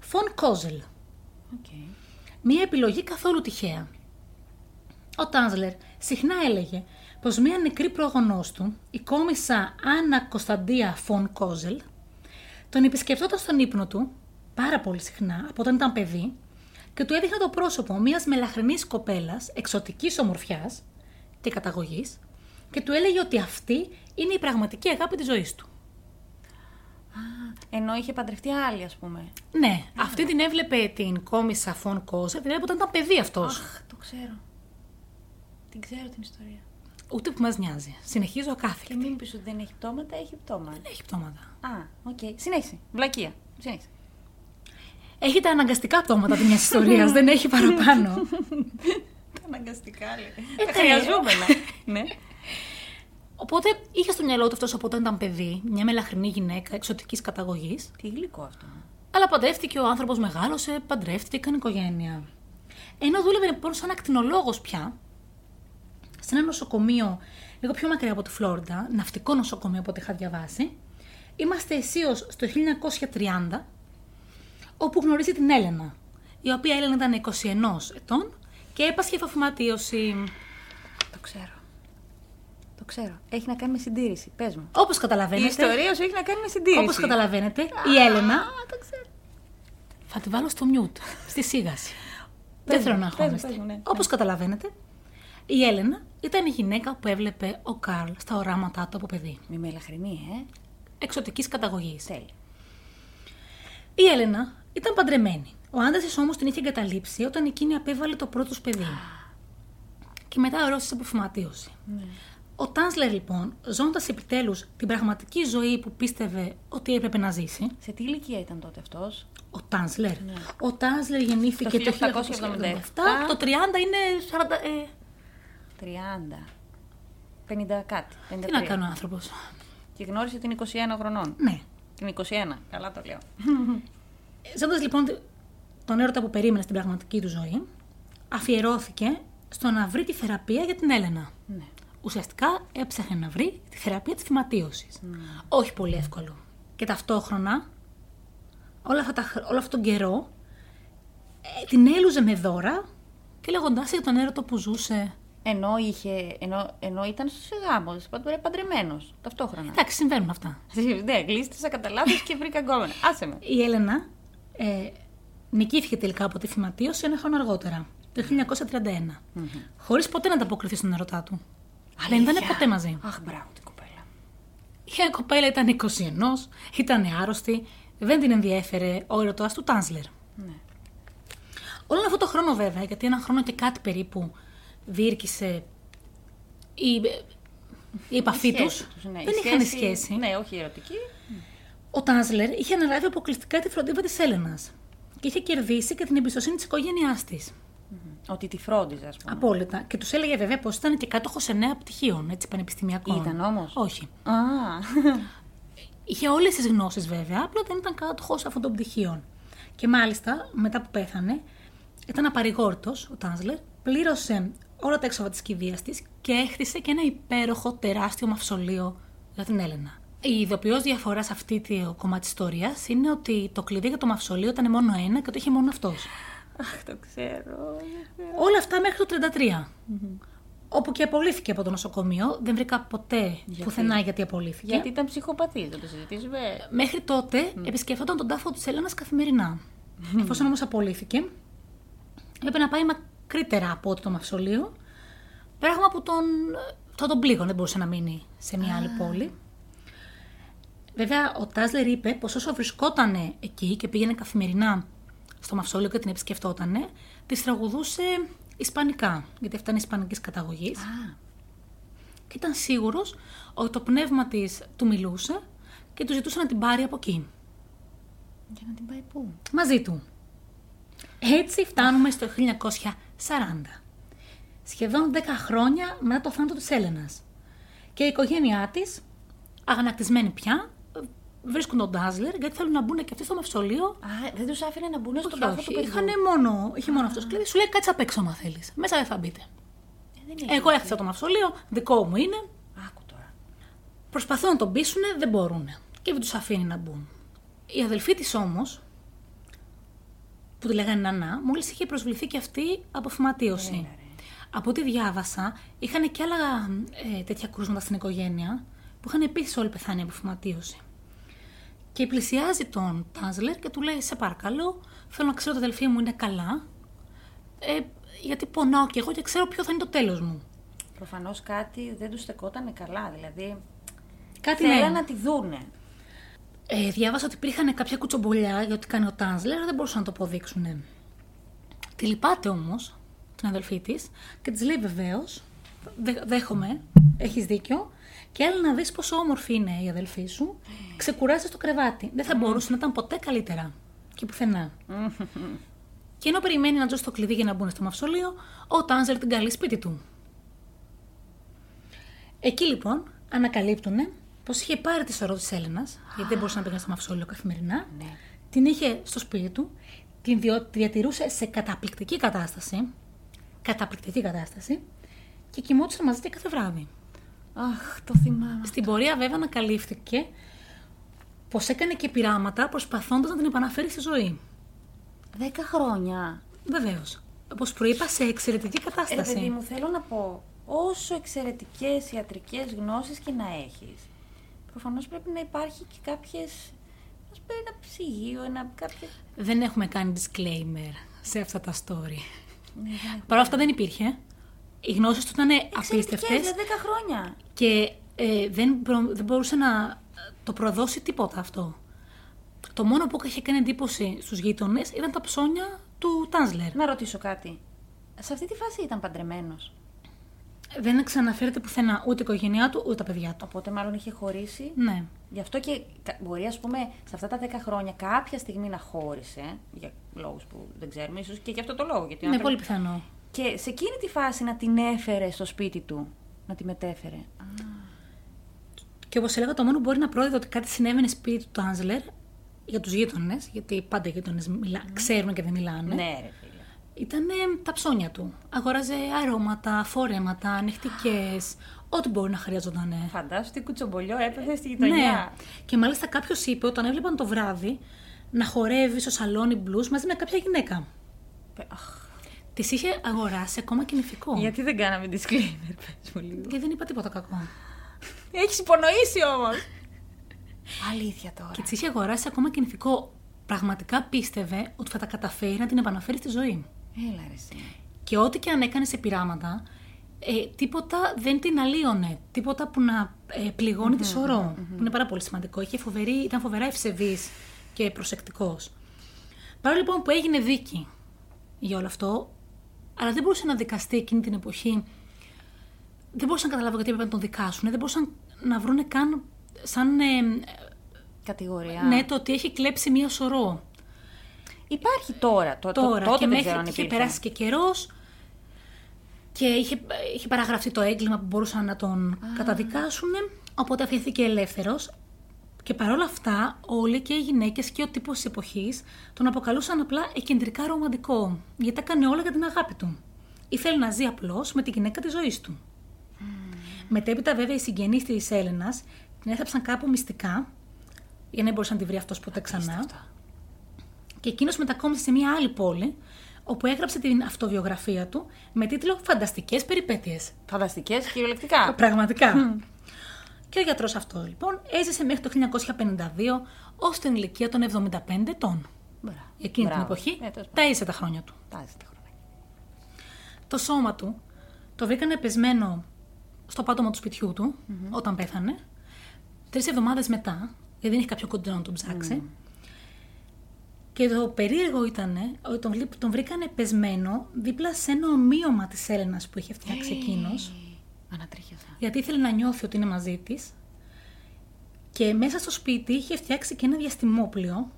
Φον Κόζελ. Okay. Μία επιλογή καθόλου τυχαία. Ο Τάνσλερ συχνά έλεγε πως μία νεκρή πρόγονός του, η κόμισα Άννα Κωνσταντία Φον Κόζελ, τον επισκεφτόταν στον ύπνο του πάρα πολύ συχνά από όταν ήταν παιδί και του έδειχνε το πρόσωπο μιας μελαχρινής κοπέλας εξωτικής ομορφιάς και καταγωγής και του έλεγε ότι αυτή είναι η πραγματική αγάπη της ζωής του. Ενώ είχε παντρευτεί άλλη, ας πούμε. Ναι, αυτή την έβλεπε την κόμισα Φον Κόζελ, την έβλεπε όταν ήταν παιδί αυτός. Αχ, το ξέρω. Την ξέρω την ιστορία. Ούτε που μας νοιάζει. Συνεχίζω Και ακάθεκτη. μην πεις ότι δεν έχει πτώματα, έχει πτώματα. Δεν έχει πτώματα. Α, οκ. Συνέχισε. Βλακεία. Συνέχισε. Έχει τα αναγκαστικά πτώματα τη μια ιστορία, δεν έχει παραπάνω. Τα αναγκαστικά, λέει. Τα Ε, ναι. χρειαζόμενα. ναι. Οπότε είχε στο μυαλό του αυτός από όταν ήταν παιδί, μια μελαχρινή γυναίκα εξωτικής καταγωγής, Τι γλυκό αυτό. αλλά παντρεύτηκε ο άνθρωπος, μεγάλωσε, παντρεύτηκε, έκανε οικογένεια. Ενώ δούλευε λοιπόν σαν ακτινολόγος πια, σε ένα νοσοκομείο λίγο πιο μακριά από τη Φλόριντα, ναυτικό νοσοκομείο από ό,τι είχα διαβάσει, είμαστε αισίως στο 1930, όπου γνωρίζει την Έλενα, η οποία Έλενα ήταν 21 ετών και έπασχε φαυματίωση. Το ξέρω. Το ξέρω. Έχει να κάνει με συντήρηση. Πες μου. Όπως Η καταλαβαίνετε. ιστορία σου έχει να κάνει με συντήρηση. Όπως καταλαβαίνετε, η Έλενα Α, το ξέρω. θα τη βάλω στο μιούτ, στη σίγαση. Πες μου, Δεν θέλω να πες μου, αγχώνεστε. πες μου, ναι, ναι. Όπω καταλαβαίνετε, η Έλενα ήταν η γυναίκα που έβλεπε ο Καρλ στα οράματά του από παιδί. Μη μελαχρινή, ε. Εξωτικής καταγωγής. Τέλεια. Η Έλενα ήταν παντρεμένη. Ο άντρας της όμως την είχε εγκαταλείψει όταν εκείνη απέβαλε το πρώτος του παιδί. Και μετά ορόσησε από φυματίωση. Ο Τάνσλερ, λοιπόν, ζώντας επιτέλους την πραγματική ζωή που πίστευε ότι έπρεπε να ζήσει, Σε τι ηλικία ήταν τότε αυτός. Ο Τάνσλερ. Ο Τάνσλερ γεννήθηκε το Το 1877. 1877. Το 30 είναι 40. Ε, 30. 50 κάτι. 53. τι να κάνει ο άνθρωπος. Και γνώρισε την 21 χρονών. Ναι. Την 21. Καλά το λέω. Ζώντας λοιπόν τον έρωτα που περίμενε στην πραγματική του ζωή, αφιερώθηκε στο να βρει τη θεραπεία για την Έλενα. ναι. Ουσιαστικά έψαχνε να βρει τη θεραπεία της θυματίωσης. Όχι πολύ εύκολο. Και ταυτόχρονα, όλα αυτά τα, χ- όλο αυτόν τον καιρό, ε, την έλουζε με δώρα και λέγοντάς της για τον έρωτα που ζούσε. Ενώ, είχε, ενώ, ενώ ήταν σε γάμο, παντρεμένος ταυτόχρονα. Εντάξει, συμβαίνουν αυτά. ναι, γλίστησα κατά λάθος και βρήκα γκόμενα. Άσε με. Η Έλενα ε, νικήθηκε τελικά από τη θυματίωση ένα χρόνο αργότερα, το 1931. Χωρίς ποτέ να ανταποκριθεί στον ερωτά του. Δεν ήταν Αλήθεια. ποτέ μαζί. Αχ, μπράβο την κοπέλα. Η κοπέλα ήταν 21, ήταν άρρωστη, δεν την ενδιέφερε ο ερωτάς του Τάνσλερ. Ναι. Όλο αυτό το χρόνο βέβαια, γιατί ένα χρόνο και κάτι περίπου διήρκησε η, η επαφή τους. Σχέση τους, ναι. Η Δεν είχαν σχέση. Ναι, όχι ερωτική. Ο Τάνσλερ είχε αναλάβει αποκλειστικά τη φροντίδα της Έλενας και είχε κερδίσει και την εμπιστοσύνη της οικογένειάς της. Ότι τη φρόντιζε, ας πούμε. Απόλυτα. Και τους έλεγε βέβαια πως ήταν και κάτοχος εννέα πτυχίων, έτσι, πανεπιστημιακών. Ήταν όμως? Όχι. Α, Είχε όλες τις γνώσεις βέβαια, απλά δεν ήταν κάτοχος αυτών των πτυχίων. Και μάλιστα, μετά που πέθανε, ήταν απαρηγόρητος ο Τάνσλερ, πλήρωσε όλα τα έξοδα της κηδεία της και έχτισε και ένα υπέροχο τεράστιο μαυσολείο για την Έλενα. Η ειδοποιώς διαφορά σε αυτή το κομμάτι της ιστορίας είναι ότι το κλειδί για το μαυσολείο ήταν μόνο ένα και το είχε μόνο αυτός. αχ, το ξέρω. Όλα αυτά μέχρι το 33. Όπου και απολύθηκε από το νοσοκομείο. Δεν βρήκα ποτέ πουθενά γιατί απολύθηκε. Γιατί ήταν ψυχοπαθής, δεν το συζητήσουμε. Μέχρι τότε επισκεφτόταν τον τάφο της Έλληνα καθημερινά. Εφόσον όμως απολύθηκε, έπρεπε να πάει μακρύτερα από ό,τι το Μαυσολείο. Πράγμα που τον, θα τον πλήγωνε, δεν μπορούσε να μείνει σε μια άλλη πόλη. Βέβαια, ο Τάσλερ είπε πως όσο βρισκόταν εκεί και πήγαινε καθημερινά στο Μαυσόλιο και την επισκεφτότανε, τη τραγουδούσε Ισπανικά, γιατί αυτά είναι Ισπανικής καταγωγής Α, και ήταν σίγουρος ότι το πνεύμα της του μιλούσε και του ζητούσε να την πάρει από εκεί, για να την πάει πού. μαζί του. Έτσι φτάνουμε στο 1940, σχεδόν 10 χρόνια μετά το θάνατο της Έλενας. Και η οικογένειά της, αγανακτισμένη πια, βρίσκουν τον Ντάζλερ γιατί θέλουν να μπουν και αυτοί στο μαυσολείο. Α, δεν τους άφηνε να μπουν στον Όχι, τάφο όχι, του παιδιού. είχαν μόνο, είχε μόνο αυτός κλειδί. Σου λέει κάτσε απ' έξω, άμα θέλεις. Μέσα δεν θα μπείτε. Ε, δεν είναι. Εγώ έχασα το μαυσολείο, δικό μου είναι. Άκου τώρα. Προσπαθούν να τον πείσουν, δεν μπορούν. Και δεν τους αφήνει να μπουν. Η αδελφή της όμως, που τη λέγανε Νανά, μόλις είχε προσβληθεί και αυτή από Ναι, φυματίωση. Από ό,τι διάβασα, είχαν και άλλα ε, τέτοια κρούσματα στην οικογένεια, που είχαν επίσης όλοι πεθάνει από φυματίωση. Και πλησιάζει τον Τάζλερ και του λέει: Σε παρακαλώ, θέλω να ξέρω ότι η αδελφή μου είναι καλά. Ε, γιατί πονάω κι εγώ και ξέρω ποιο θα είναι το τέλος μου. Προφανώς κάτι δεν τους στεκότανε καλά. Δηλαδή. Κάτι Θέλανε ναι. να τη δούνε. Ε, διάβασα ότι υπήρχαν κάποια κουτσομπολιά για ό,τι κάνει ο Τάνσλερ, αλλά δεν μπορούσαν να το αποδείξουν. Τη λυπάται όμως, την αδελφή της, και της λέει βεβαίως, δέχομαι, έχεις δίκιο, και άλλα να δεις πόσο όμορφη είναι η αδελφή σου, ξεκουράζει το κρεβάτι. Δεν θα μπορούσε να ήταν ποτέ καλύτερα. Και πουθενά. και ενώ περιμένει να τζώσει το κλειδί για να μπουν στο μαυσολείο, ο Τάνσλερ την καλεί σπίτι του. Εκεί λοιπόν ανακαλύπτουνε πως είχε πάρει τη σωρό της Έλενας, γιατί δεν μπορούσε να πήγαινε στο μαυσόλιο καθημερινά. Ναι. Την είχε στο σπίτι του, την διο- τη διατηρούσε σε καταπληκτική κατάσταση. Καταπληκτική κατάσταση. Και κοιμόντουσαν μαζί της κάθε βράδυ. Αχ, το θυμάμαι. Στην πορεία βέβαια ανακαλύφθηκε πως έκανε και πειράματα προσπαθώντας να την επαναφέρει στη ζωή. Δέκα χρόνια. Βεβαίως. Όπως προείπα, σε εξαιρετική Ε, Ρε παιδί κατάσταση. μου, θέλω να πω, όσο εξαιρετικές ιατρικές γνώσεις και να έχεις, προφανώς πρέπει να υπάρχει και κάποιες, ας πούμε, ένα ψυγείο, ένα κάποιο... δεν έχουμε κάνει disclaimer σε αυτά τα story. Ναι, ναι. Παρ' όλα αυτά δεν υπήρχε. Οι γνώσεις τους ήταν Εξαιρετικές, απίστευτε δηλαδή, 10 χρόνια. και ε, δεν, προ- δεν μπορούσε να ε, το προδώσει τίποτα αυτό. Το μόνο που είχε κάνει εντύπωση στους γείτονες ήταν τα ψώνια του Τάνσλερ. Να ρωτήσω κάτι. Σε αυτή τη φάση ήταν παντρεμένος. Δεν ξαναφέρεται πουθενά ούτε η οικογένειά του ούτε τα παιδιά του. Οπότε μάλλον είχε χωρίσει. Ναι. Γι' αυτό και κα- μπορεί, ας πούμε, σε αυτά τα 10 χρόνια κάποια στιγμή να χώρισε, για λόγους που δεν ξέρουμε, ίσως και γι' αυτό το λόγο. Γιατί ο Είναι άνθρωπος- πολύ πιθανό. Και σε εκείνη τη φάση να την έφερε στο σπίτι του. Να τη μετέφερε. Α, Και όπως έλεγα, το μόνο που μπορεί να πρόεδρε ότι κάτι συνέβαινε σπίτι του Τάνσλερ για τους γείτονες, γιατί πάντα οι γείτονες ξέρουν και δεν μιλάνε. ναι, ρε φίλε. Ήταν ε, τα ψώνια του. Αγόραζε αρώματα, φόρεματα, ανοιχτικέ, ό,τι μπορεί να χρειαζόταν. ε. Φαντάσου τι κουτσομπολιό έπεθε στη γειτονιά. Ναι. Και μάλιστα κάποιος είπε όταν έβλεπαν το βράδυ να χορεύει στο σαλόνι blues μαζί με κάποια γυναίκα. Πε- αχ, Τη είχε αγοράσει ακόμα και νηφικό. Γιατί δεν κάναμε disclaimer, πες μου λίγο. Και δεν είπα τίποτα κακό. Έχεις υπονοήσει όμως. Αλήθεια τώρα. Και τη είχε αγοράσει ακόμα και νηφικό. Πραγματικά πίστευε ότι θα τα καταφέρει να την επαναφέρει στη ζωή. Έλα ρε εσύ. Και ό,τι και αν έκανες σε πειράματα, ε, τίποτα δεν την αλλίωνε. Τίποτα που να ε, πληγωνει τη σωρό. Που είναι πάρα πολύ σημαντικό. Είχε φοβερή, ήταν φοβερά ευσεβής και προσεκτικός. Παρόλο λοιπόν που έγινε δίκη για όλο αυτό, αλλά δεν μπορούσε να δικαστεί εκείνη την εποχή. Δεν μπορούσαν να καταλάβω γιατί έπρεπε να τον δικάσουν. Δεν μπορούσαν να βρούνε καν σαν ε, Κατηγορία. ναι, το ότι έχει κλέψει μία σωρό. Υπάρχει τώρα. Το, το- τώρα τότε και δεν μέχρι ξέρω αν είχε υπήρχε. περάσει και καιρός. Και είχε, είχε παραγραφεί το έγκλημα που μπορούσαν να τον καταδικάσουν. Οπότε αφήθηκε ελεύθερος. Και παρόλα αυτά, όλοι και οι γυναίκες και ο τύπος της εποχής τον αποκαλούσαν απλά εκεντρικά ρομαντικό. Γιατί τα έκανε όλα για την αγάπη του. Ήθελε να ζει απλώς με τη γυναίκα της ζωής του. Μετέπειτα, βέβαια, οι συγγενείς της Έλενας την έθαψαν κάπου μυστικά, για να μην μπορούσε να τη βρει αυτός ποτέ ξανά. Απίστευτα. Και εκείνος μετακόμισε σε μια άλλη πόλη, όπου έγραψε την αυτοβιογραφία του με τίτλο Φανταστικές Περιπέτειες. Φανταστικές κυριολεκτικά. Πραγματικά. Και ο γιατρός αυτό λοιπόν έζησε μέχρι το 1952 ως την ηλικία των 75 ετών. Μπράβο. Εκείνη την Μπράβο. εποχή Ε, τέλος πάντων. τα ίσια τα χρόνια του. Τάζει τα χρόνια. Το σώμα του το βρήκανε πεσμένο στο πάτωμα του σπιτιού του όταν πέθανε. Τρεις εβδομάδες μετά, γιατί δεν είχε κάποιο κοντινό να τον ψάξει. Και το περίεργο ήταν ότι τον, βλή- τον βρήκανε πεσμένο δίπλα σε ένα ομοίωμα της Έλενας που είχε Ε. φτιάξει εκείνο, Ανατρίχιασα. γιατί ήθελε να νιώθει ότι είναι μαζί της. Και μέσα στο σπίτι είχε φτιάξει και ένα διαστημόπλιο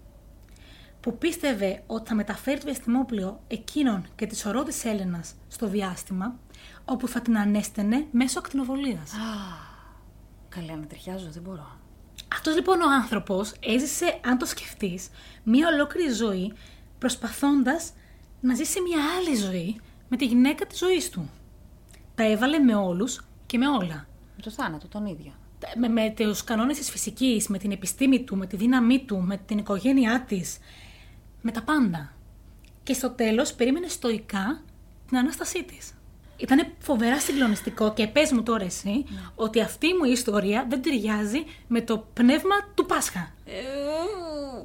που πίστευε ότι θα μεταφέρει το διαστημόπλιο εκείνον και τη σωρό της Έλενας στο διάστημα, όπου θα την ανέστενε μέσω ακτινοβολία. Καλέ, ανατριχιάζω, δεν μπορώ. Αυτός λοιπόν ο άνθρωπος έζησε, αν το σκεφτείς, μία ολόκληρη ζωή προσπαθώντας να ζήσει μια άλλη ζωή με τη γυναίκα της ζωής του. Τα έβαλε με όλους και με όλα. Με το θάνατο, τον ίδιο. Με, με τους κανόνες της φυσικής, με την επιστήμη του, με τη δύναμή του, με την οικογένειά της. Με τα πάντα. Και στο τέλος περίμενε στοικά την ανάστασή της. Ήταν φοβερά συγκλονιστικό και πες μου τώρα εσύ ότι αυτή μου η ιστορία δεν ταιριάζει με το πνεύμα του Πάσχα. Ε,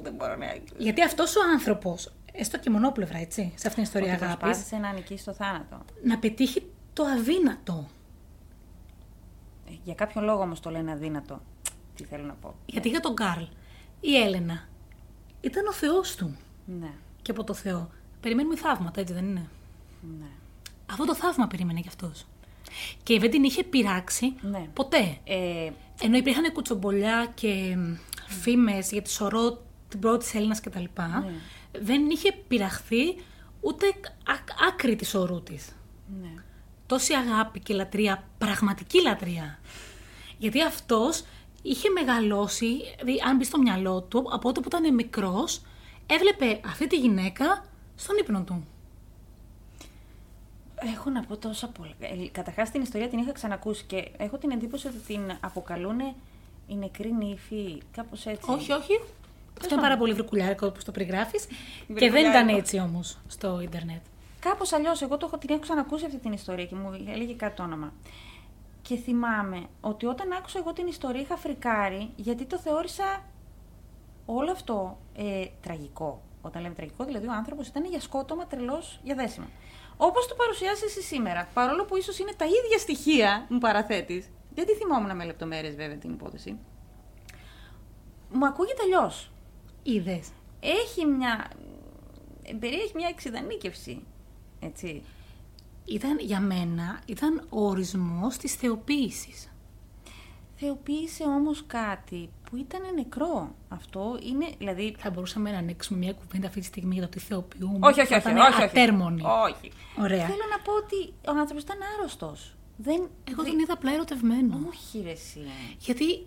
δεν μπορώ να. Γιατί αυτός ο άνθρωπος, έστω και μονόπλευρα έτσι, σε αυτήν την ιστορία Ότι αγάπης, προσπάθησε να νικήσει το θάνατο. να πετύχει το αδύνατο. Ε, Για κάποιο λόγο όμως το λένε αδύνατο. Τι θέλω να πω. Γιατί για τον Καρλ, η Έλενα ήταν ο Θεός του. Ναι, Και από το Θεό. Περιμένουμε θαύματα, έτσι δεν είναι. ναι. Αυτό το θαύμα περίμενε κι αυτός. Και δεν την είχε πειράξει Ναι. ποτέ. Ε, Ενώ υπήρχαν κουτσομπολιά και φήμες για τη σωρό την πρώτη Έλληνας κτλ. Δεν είχε πειραχθεί ούτε άκ- άκρη της σωρού της. ναι. Τόση αγάπη και λατρεία, πραγματική λατρεία. Γιατί αυτός είχε μεγαλώσει, δηλαδή αν μπει στο μυαλό του, από τότε που ήταν μικρός, έβλεπε αυτή τη γυναίκα στον ύπνο του. Έχω να πω τόσα πολλά. Ε, Καταρχάς την ιστορία την είχα ξανακούσει και έχω την εντύπωση ότι την αποκαλούν η νεκρή νύφη, κάπως έτσι. Όχι, όχι. Αυτό πάντων. είναι πάρα πολύ βρικουλιάρικο όπως το περιγράφεις. Και δεν Βρικουλιάρικο. ήταν έτσι όμως στο Ιντερνετ. Κάπως αλλιώς, εγώ το έχω, την έχω ξανακούσει αυτή την ιστορία και μου έλεγε κάτι όνομα. Και θυμάμαι ότι όταν άκουσα εγώ την ιστορία είχα φρικάρει γιατί το θεώρησα όλο αυτό ε, τραγικό. Όταν λέμε τραγικό, δηλαδή ο άνθρωπος ήταν για σκότωμα, τρελός, για δέσιμο. Όπως το παρουσιάζει εσύ σήμερα, παρόλο που ίσως είναι τα ίδια στοιχεία, μου παραθέτεις. Δεν τη θυμόμουν με λεπτομέρειες, βέβαια, την υπόθεση. Μου ακούγεται αλλιώς. Είδες. Έχει μια. ε, Περιέχει μια εξειδανίκευση. Έτσι. Ήταν για μένα ήταν ο ορισμός της θεοποίησης. Θεοποίησε όμως κάτι που ήταν νεκρό. Αυτό είναι, δηλαδή... Θα μπορούσαμε να ανοίξουμε μια κουβέντα αυτή τη στιγμή για το τι θεοποιούμε. Όχι, όχι, Θα όχι, ήταν όχι, όχι. ατέρμονη. Όχι. Ωραία. Θέλω να πω ότι ο άνθρωπος ήταν άρρωστος. Δεν... Εγώ δεν- τον είδα απλά ερωτευμένο. Όχι ρε εσύ. Γιατί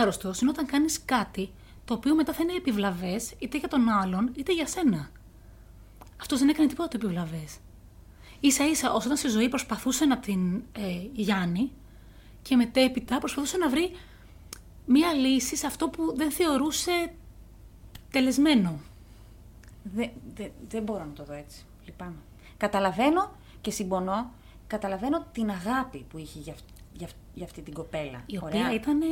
άρρωστο είναι όταν κάνεις κάτι το οποίο μετά θα είναι επιβλαβές είτε για τον άλλον είτε για σένα. Αυτός δεν έκανε τίποτα το επιβλαβές. σα ίσα όσο ήταν στη ζωή προσπαθούσε να την ε, Γιάννη και μετέπειτα προσπαθούσε να βρει μία λύση σε αυτό που δεν θεωρούσε τελεσμένο. Δε- δε- δεν μπορώ να το δω έτσι. Λυπάμαι. Καταλαβαίνω και συμπονώ, καταλαβαίνω την αγάπη που είχε για, αυ- για αυ- για αυτή την κοπέλα. Η οποία Ωραία. ήταν ε,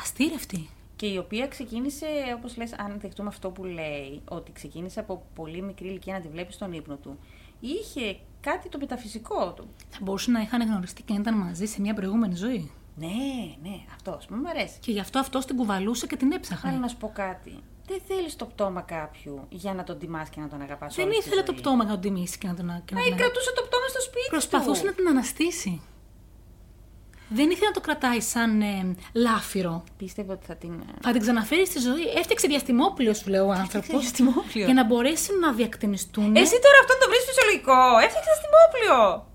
αστήρευτη. Και η οποία ξεκίνησε, όπως λες, αν δεχτούμε αυτό που λέει, ότι ξεκίνησε από πολύ μικρή ηλικία να τη βλέπει στον ύπνο του, είχε κάτι το μεταφυσικό, το, Θα μπορούσε να είχαν γνωριστεί και να ήταν μαζί σε μια προηγούμενη ζωή. Ναι, ναι, αυτό ας πούμε μου αρέσει. Και γι' αυτό αυτός την κουβαλούσε και την έψαχνε. Αλλά να σου πω κάτι. Δεν θέλεις το πτώμα κάποιου για να τον τιμάς και να τον αγαπάς. Δεν ήθελε το πτώμα να τον τιμήσει και να τον, και να Να τον αγαπήσει. κρατούσε το πτώμα στο σπίτι. Προσπαθούσε του. να την αναστήσει. Δεν ήθελε να το κρατάει σαν ε, λάφυρο. Πίστευε ότι θα την. ε, Θα την ξαναφέρει στη ζωή. Έφτιαξε διαστημόπλιο, σου λέω ο άνθρωπος. διαστημόπλιο. Για να μπορέσει να διακτηνιστούν. Εσύ τώρα αυτόν τον βρει φυσιολογικό. Έφτιαξε θυμόπλιο.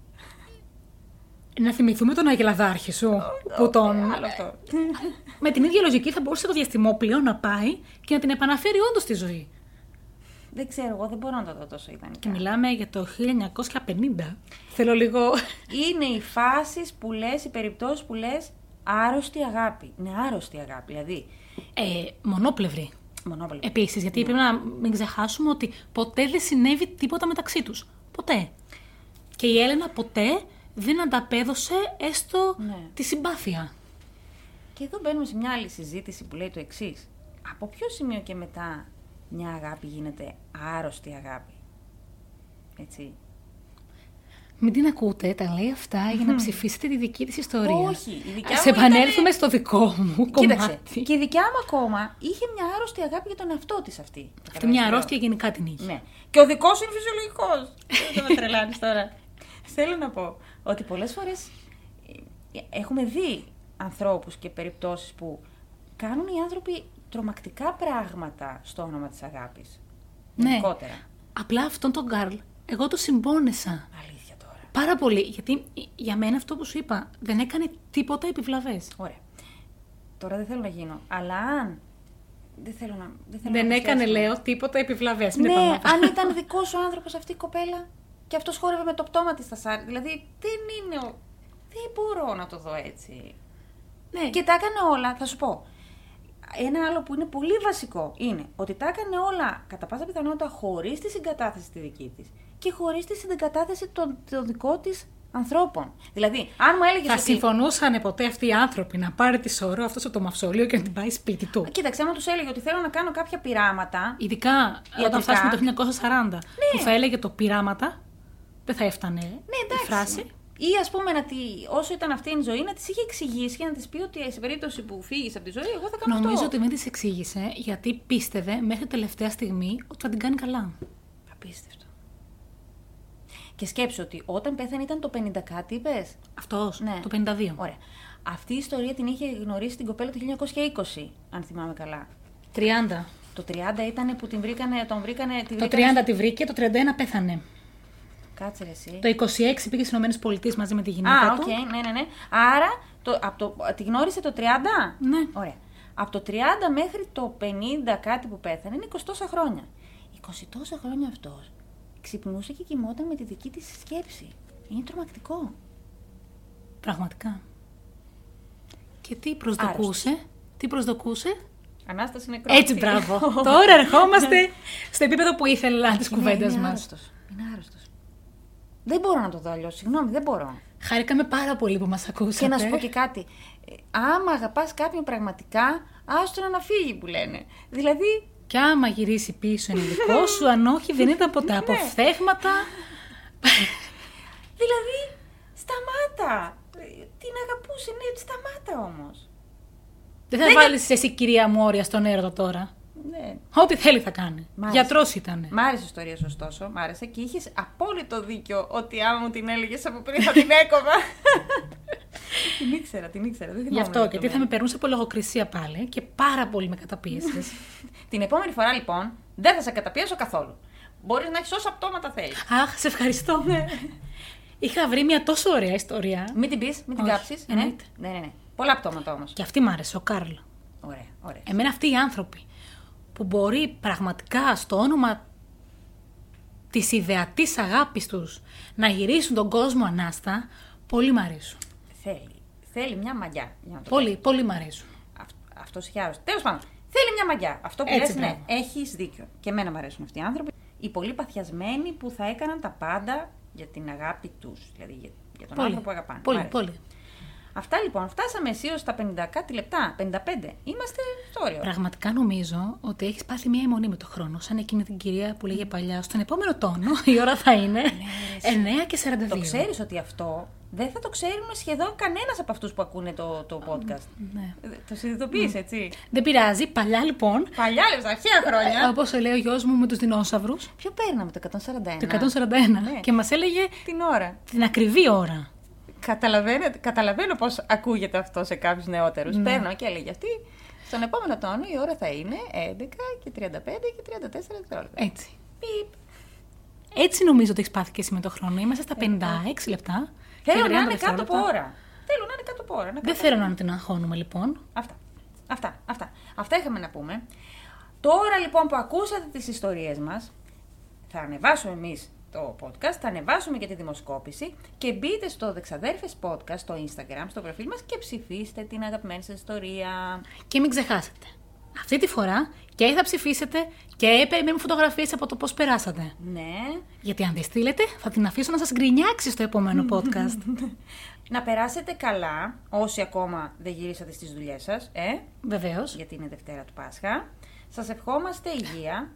Να θυμηθούμε τον Αγελαδάρχη σου. Που τον... Άλλο αυτό. Με την ίδια λογική θα μπορούσε το διαστημόπλιο να πάει και να την επαναφέρει όντως στη ζωή. Δεν ξέρω, εγώ δεν μπορώ να το δω τόσο ιδανικά. Και μιλάμε για το 1950. Θέλω λίγο. Είναι οι φάσεις που λες, οι περιπτώσεις που λες άρρωστη αγάπη. Είναι άρρωστη αγάπη. Δηλαδή, Ε, μονόπλευρη. μονόπολη. Επίσης, γιατί πρέπει να μην ξεχάσουμε ότι ποτέ δεν συνέβη τίποτα μεταξύ τους. Ποτέ. Και η Έλενα ποτέ δεν ανταπέδωσε έστω Ναι. τη συμπάθεια. Και εδώ μπαίνουμε σε μια άλλη συζήτηση που λέει το εξής. Από ποιο σημείο και μετά μια αγάπη γίνεται άρρωστη αγάπη. Έτσι. Μην την ακούτε, τα λέει αυτά για να ψηφίσετε τη δική της ιστορία. Όχι, η δικιά Ας μου ήταν- επανέλθουμε στο δικό μου Κοίταξε. κομμάτι. Και η δικιά μου ακόμα είχε μια άρρωστη αγάπη για τον εαυτό της αυτή. Αυτή μια αρρώστια γενικά την είχε. Ναι. Και ο δικός είναι φυσιολογικός. Δεν θα με τρελάνεις τώρα. Θέλω να πω ότι πολλές φορές έχουμε δει ανθρώπους και περιπτώσεις που κάνουν οι άνθρωποι τρομακτικά πράγματα στο όνομα της αγάπης. Ναι. Γενικότερα. Απλά αυτόν τον Καρλ, εγώ το συμπόνεσα. Αλήθεια τώρα. Πάρα πολύ, γιατί για μένα αυτό που σου είπα δεν έκανε τίποτα επιβλαβές. Ωραία. τώρα δεν θέλω να γίνω. Αλλά αν. Δεν θέλω να. Δεν, θέλω Δεν να έκανε, αποστρέψω. λέω, τίποτα επιβλαβές. Ναι, αν ήταν δικός σου άνθρωπος αυτή η κοπέλα και αυτός χόρευε με το πτώμα της στα σάρι. Δηλαδή δεν είναι. ο- Δεν μπορώ να το δω έτσι. Ναι. Και τα έκανε όλα, θα σου πω. Ένα άλλο που είναι πολύ βασικό είναι ότι τα έκανε όλα κατά πάσα πιθανότητα χωρίς τη συγκατάθεση τη δική της και χωρίς τη συγκατάθεση των, των δικών της ανθρώπων. Δηλαδή, αν μου έλεγες Θα ότι. συμφωνούσαν ποτέ αυτοί οι άνθρωποι να πάρει τη σωρό αυτό από το μαυσολείο και να την πάει σπίτι του. Κοίταξε, άμα τους έλεγε ότι θέλω να κάνω κάποια πειράματα. Ειδικά Ιατρικά. όταν φτάσουμε το 1940, που θα έλεγε το πειράματα, δεν θα έφτανε Ναι, η εντάξει. φράση. Ή ας πούμε, να τη, όσο ήταν αυτή η ζωή, να της είχε εξηγήσει και να της πει ότι σε περίπτωση που φύγεις από τη ζωή, εγώ θα κάνω Νομίζω αυτό. ότι δεν της εξήγησε γιατί πίστευε μέχρι τελευταία στιγμή ότι θα την κάνει καλά. Απίστευτο. Και σκέψω ότι όταν πέθανε ήταν το 50 κάτι, είπες. Αυτός, Ναι. το 52. Ωραία. Αυτή η ιστορία την είχε γνωρίσει την κοπέλα το 1920, αν θυμάμαι καλά. 30. Το 30 ήταν που την βρήκανε, τον βρήκανε. Τη Το 30 βρήκανε... τη βρήκε, το 31 πέθανε. Κάτσε ρε εσύ. Το 26 πήγε στις ΗΠΑ μαζί με τη γυναίκα Α, οκ, του. ναι, ναι, ναι. Άρα, το, από το, τη γνώρισε το 30. Ναι. Ωραία. Από το 30 μέχρι το 50 κάτι που πέθανε είναι 20 τόσα χρόνια. 20 τόσα χρόνια αυτός ξυπνούσε και κοιμόταν με τη δική της σκέψη. Είναι τρομακτικό. Πραγματικά. Και τι προσδοκούσε. Τι προσδοκούσε. Ανάσταση νεκρό. Έτσι, μπράβο. Τώρα ερχόμαστε στο επίπεδο που ήθελα τη κουβέντα Ναι. Είναι μας. άρρωστος. Είναι άρρωστος. Δεν μπορώ να το δω αλλιώς. Συγγνώμη, δεν μπορώ. Χάρηκαμε πάρα πολύ που μας ακούσατε. Και να σου πω και κάτι. Ε, Άμα αγαπάς κάποιον πραγματικά, άστονα να φύγει που λένε. Δηλαδή, Κι άμα γυρίσει πίσω είναι δικό σου, αν όχι δεν ήταν ποτέ από Ναι. φθέγματα. Δηλαδή, σταμάτα. Ε, Την αγαπούσε, ναι, σταμάτα όμως. Δεν θα βάλεις εσύ κυρία μου όρια στον έρωτα τώρα. Ναι. Ό,τι θέλει θα κάνει. Μάλιστα. Γιατρός ήταν. Μ' άρεσε η ιστορία σου, ωστόσο. Μ' άρεσε και είχες απόλυτο δίκιο ότι άμα μου την έλεγες από πριν θα την έκοβα. την ήξερα, την ήξερα. Δεν Γι' θυμάμαι αυτό γιατί θα με λεπτομέρειες. περνούσε από λογοκρισία πάλι και πάρα πολύ με καταπίεσες. Την επόμενη φορά, λοιπόν, δεν θα σε καταπιέσω καθόλου. Μπορείς να έχεις όσα πτώματα θέλεις. Αχ, σε ευχαριστώ. Ναι. Είχα βρει μια τόσο ωραία ιστορία. Μην την πεις, μην την Όχι, κάψεις. Ναι. ναι, εννοείται. ναι, ναι. Πολλά πτώματα όμως. Και αυτή μ' άρεσε, ο Κάρλ. Ωραία, ωραία. Εμένα αυτοί οι άνθρωποι που μπορεί πραγματικά στο όνομα της ιδεατής αγάπης τους να γυρίσουν τον κόσμο ανάστα, πολύ μ' αρέσουν. Θέλει. Θέλει μια μαγιά. Για να το Πολύ, πολύ μ' αρέσουν. Αυτό είχε άρρωστη. Τέλος πάντων, θέλει μια μαγιά. Αυτό που Έτσι, λες, ναι, μπράβο. έχεις δίκιο. Και εμένα μου αρέσουν αυτοί οι άνθρωποι. Οι πολύ παθιασμένοι που θα έκαναν τα πάντα για την αγάπη τους. Δηλαδή για, για τον Πολύ, άνθρωπο που αγαπάνε. Μ' πολύ, αρέσει. πολύ. Αυτά λοιπόν, φτάσαμε αισίως στα 50 κάτι λεπτά. 55. Είμαστε στο όριο. Πραγματικά νομίζω ότι έχεις πάθει μια αιμονή με το χρόνο. Σαν εκείνη την κυρία που λέγε παλιά, στον επόμενο τόνο η ώρα θα είναι 9 και 42. Ναι, Το ξέρεις ότι αυτό δεν θα το ξέρουν σχεδόν κανένας από αυτούς που ακούνε το, το podcast. Ναι. Ε, Το συνειδητοποιείς, έτσι. Δεν πειράζει, παλιά λοιπόν. Παλιά λεπτά, αρχαία χρόνια. Όπω λέει ο γιος μου με τους δεινόσαυρους, Ποιο παίρναμε το 141. το 141. Ναι. Και μας έλεγε Την ώρα. την ακριβή ώρα. Καταλαβαίνω, καταλαβαίνω πώς ακούγεται αυτό σε κάποιους νεότερους. Ναι. Παίρνω και έλεγε αυτή. Στον επόμενο τόνο η ώρα θα είναι 11 και 35 και 34 δευτερόλεπτα. Ε, Έτσι. Πιπ. Έτσι νομίζω ότι έχεις πάθει και εσύ με το χρόνο. Είμαστε στα 56 λεπτά. και Θέλω 30 να είναι κάτω από δευτερόλεπτα. ώρα. Θέλω να είναι κάτω από ώρα. να Δεν κάτω- θέλω να την αγχώνουμε λοιπόν. Αυτά. Αυτά, αυτά. Αυτά είχαμε να πούμε. Τώρα λοιπόν που ακούσατε τις ιστορίες μας, θα ανεβάσουμε εμείς το podcast, θα ανεβάσουμε και τη δημοσκόπηση και μπείτε στο Δεξαδέρφες Podcast στο Instagram, στο προφίλ μας και ψηφίστε την αγαπημένη σας ιστορία. Και μην ξεχάσετε. Αυτή τη φορά και θα ψηφίσετε και περιμένουμε φωτογραφίες από το πώς περάσατε. Ναι. Γιατί αν τη στείλετε, θα την αφήσω να σας γκρινιάξει στο επόμενο podcast. Να περάσετε καλά όσοι ακόμα δεν γυρίσατε στις δουλειές σας, ε, Βεβαίως. γιατί είναι Δευτέρα του Πάσχα. Σας ευχόμαστε υγεία,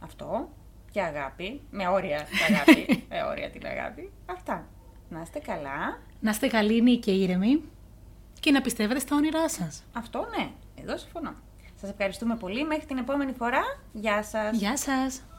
αυτό, και αγάπη, με όρια την αγάπη, με όρια την αγάπη. Αυτά. Να είστε καλά. Να είστε καλοί και ήρεμοι και να πιστεύετε στα όνειρά σας. Αυτό ναι, εδώ συμφωνώ. Σας ευχαριστούμε πολύ. Μέχρι την επόμενη φορά. Γεια σας. Γεια σας!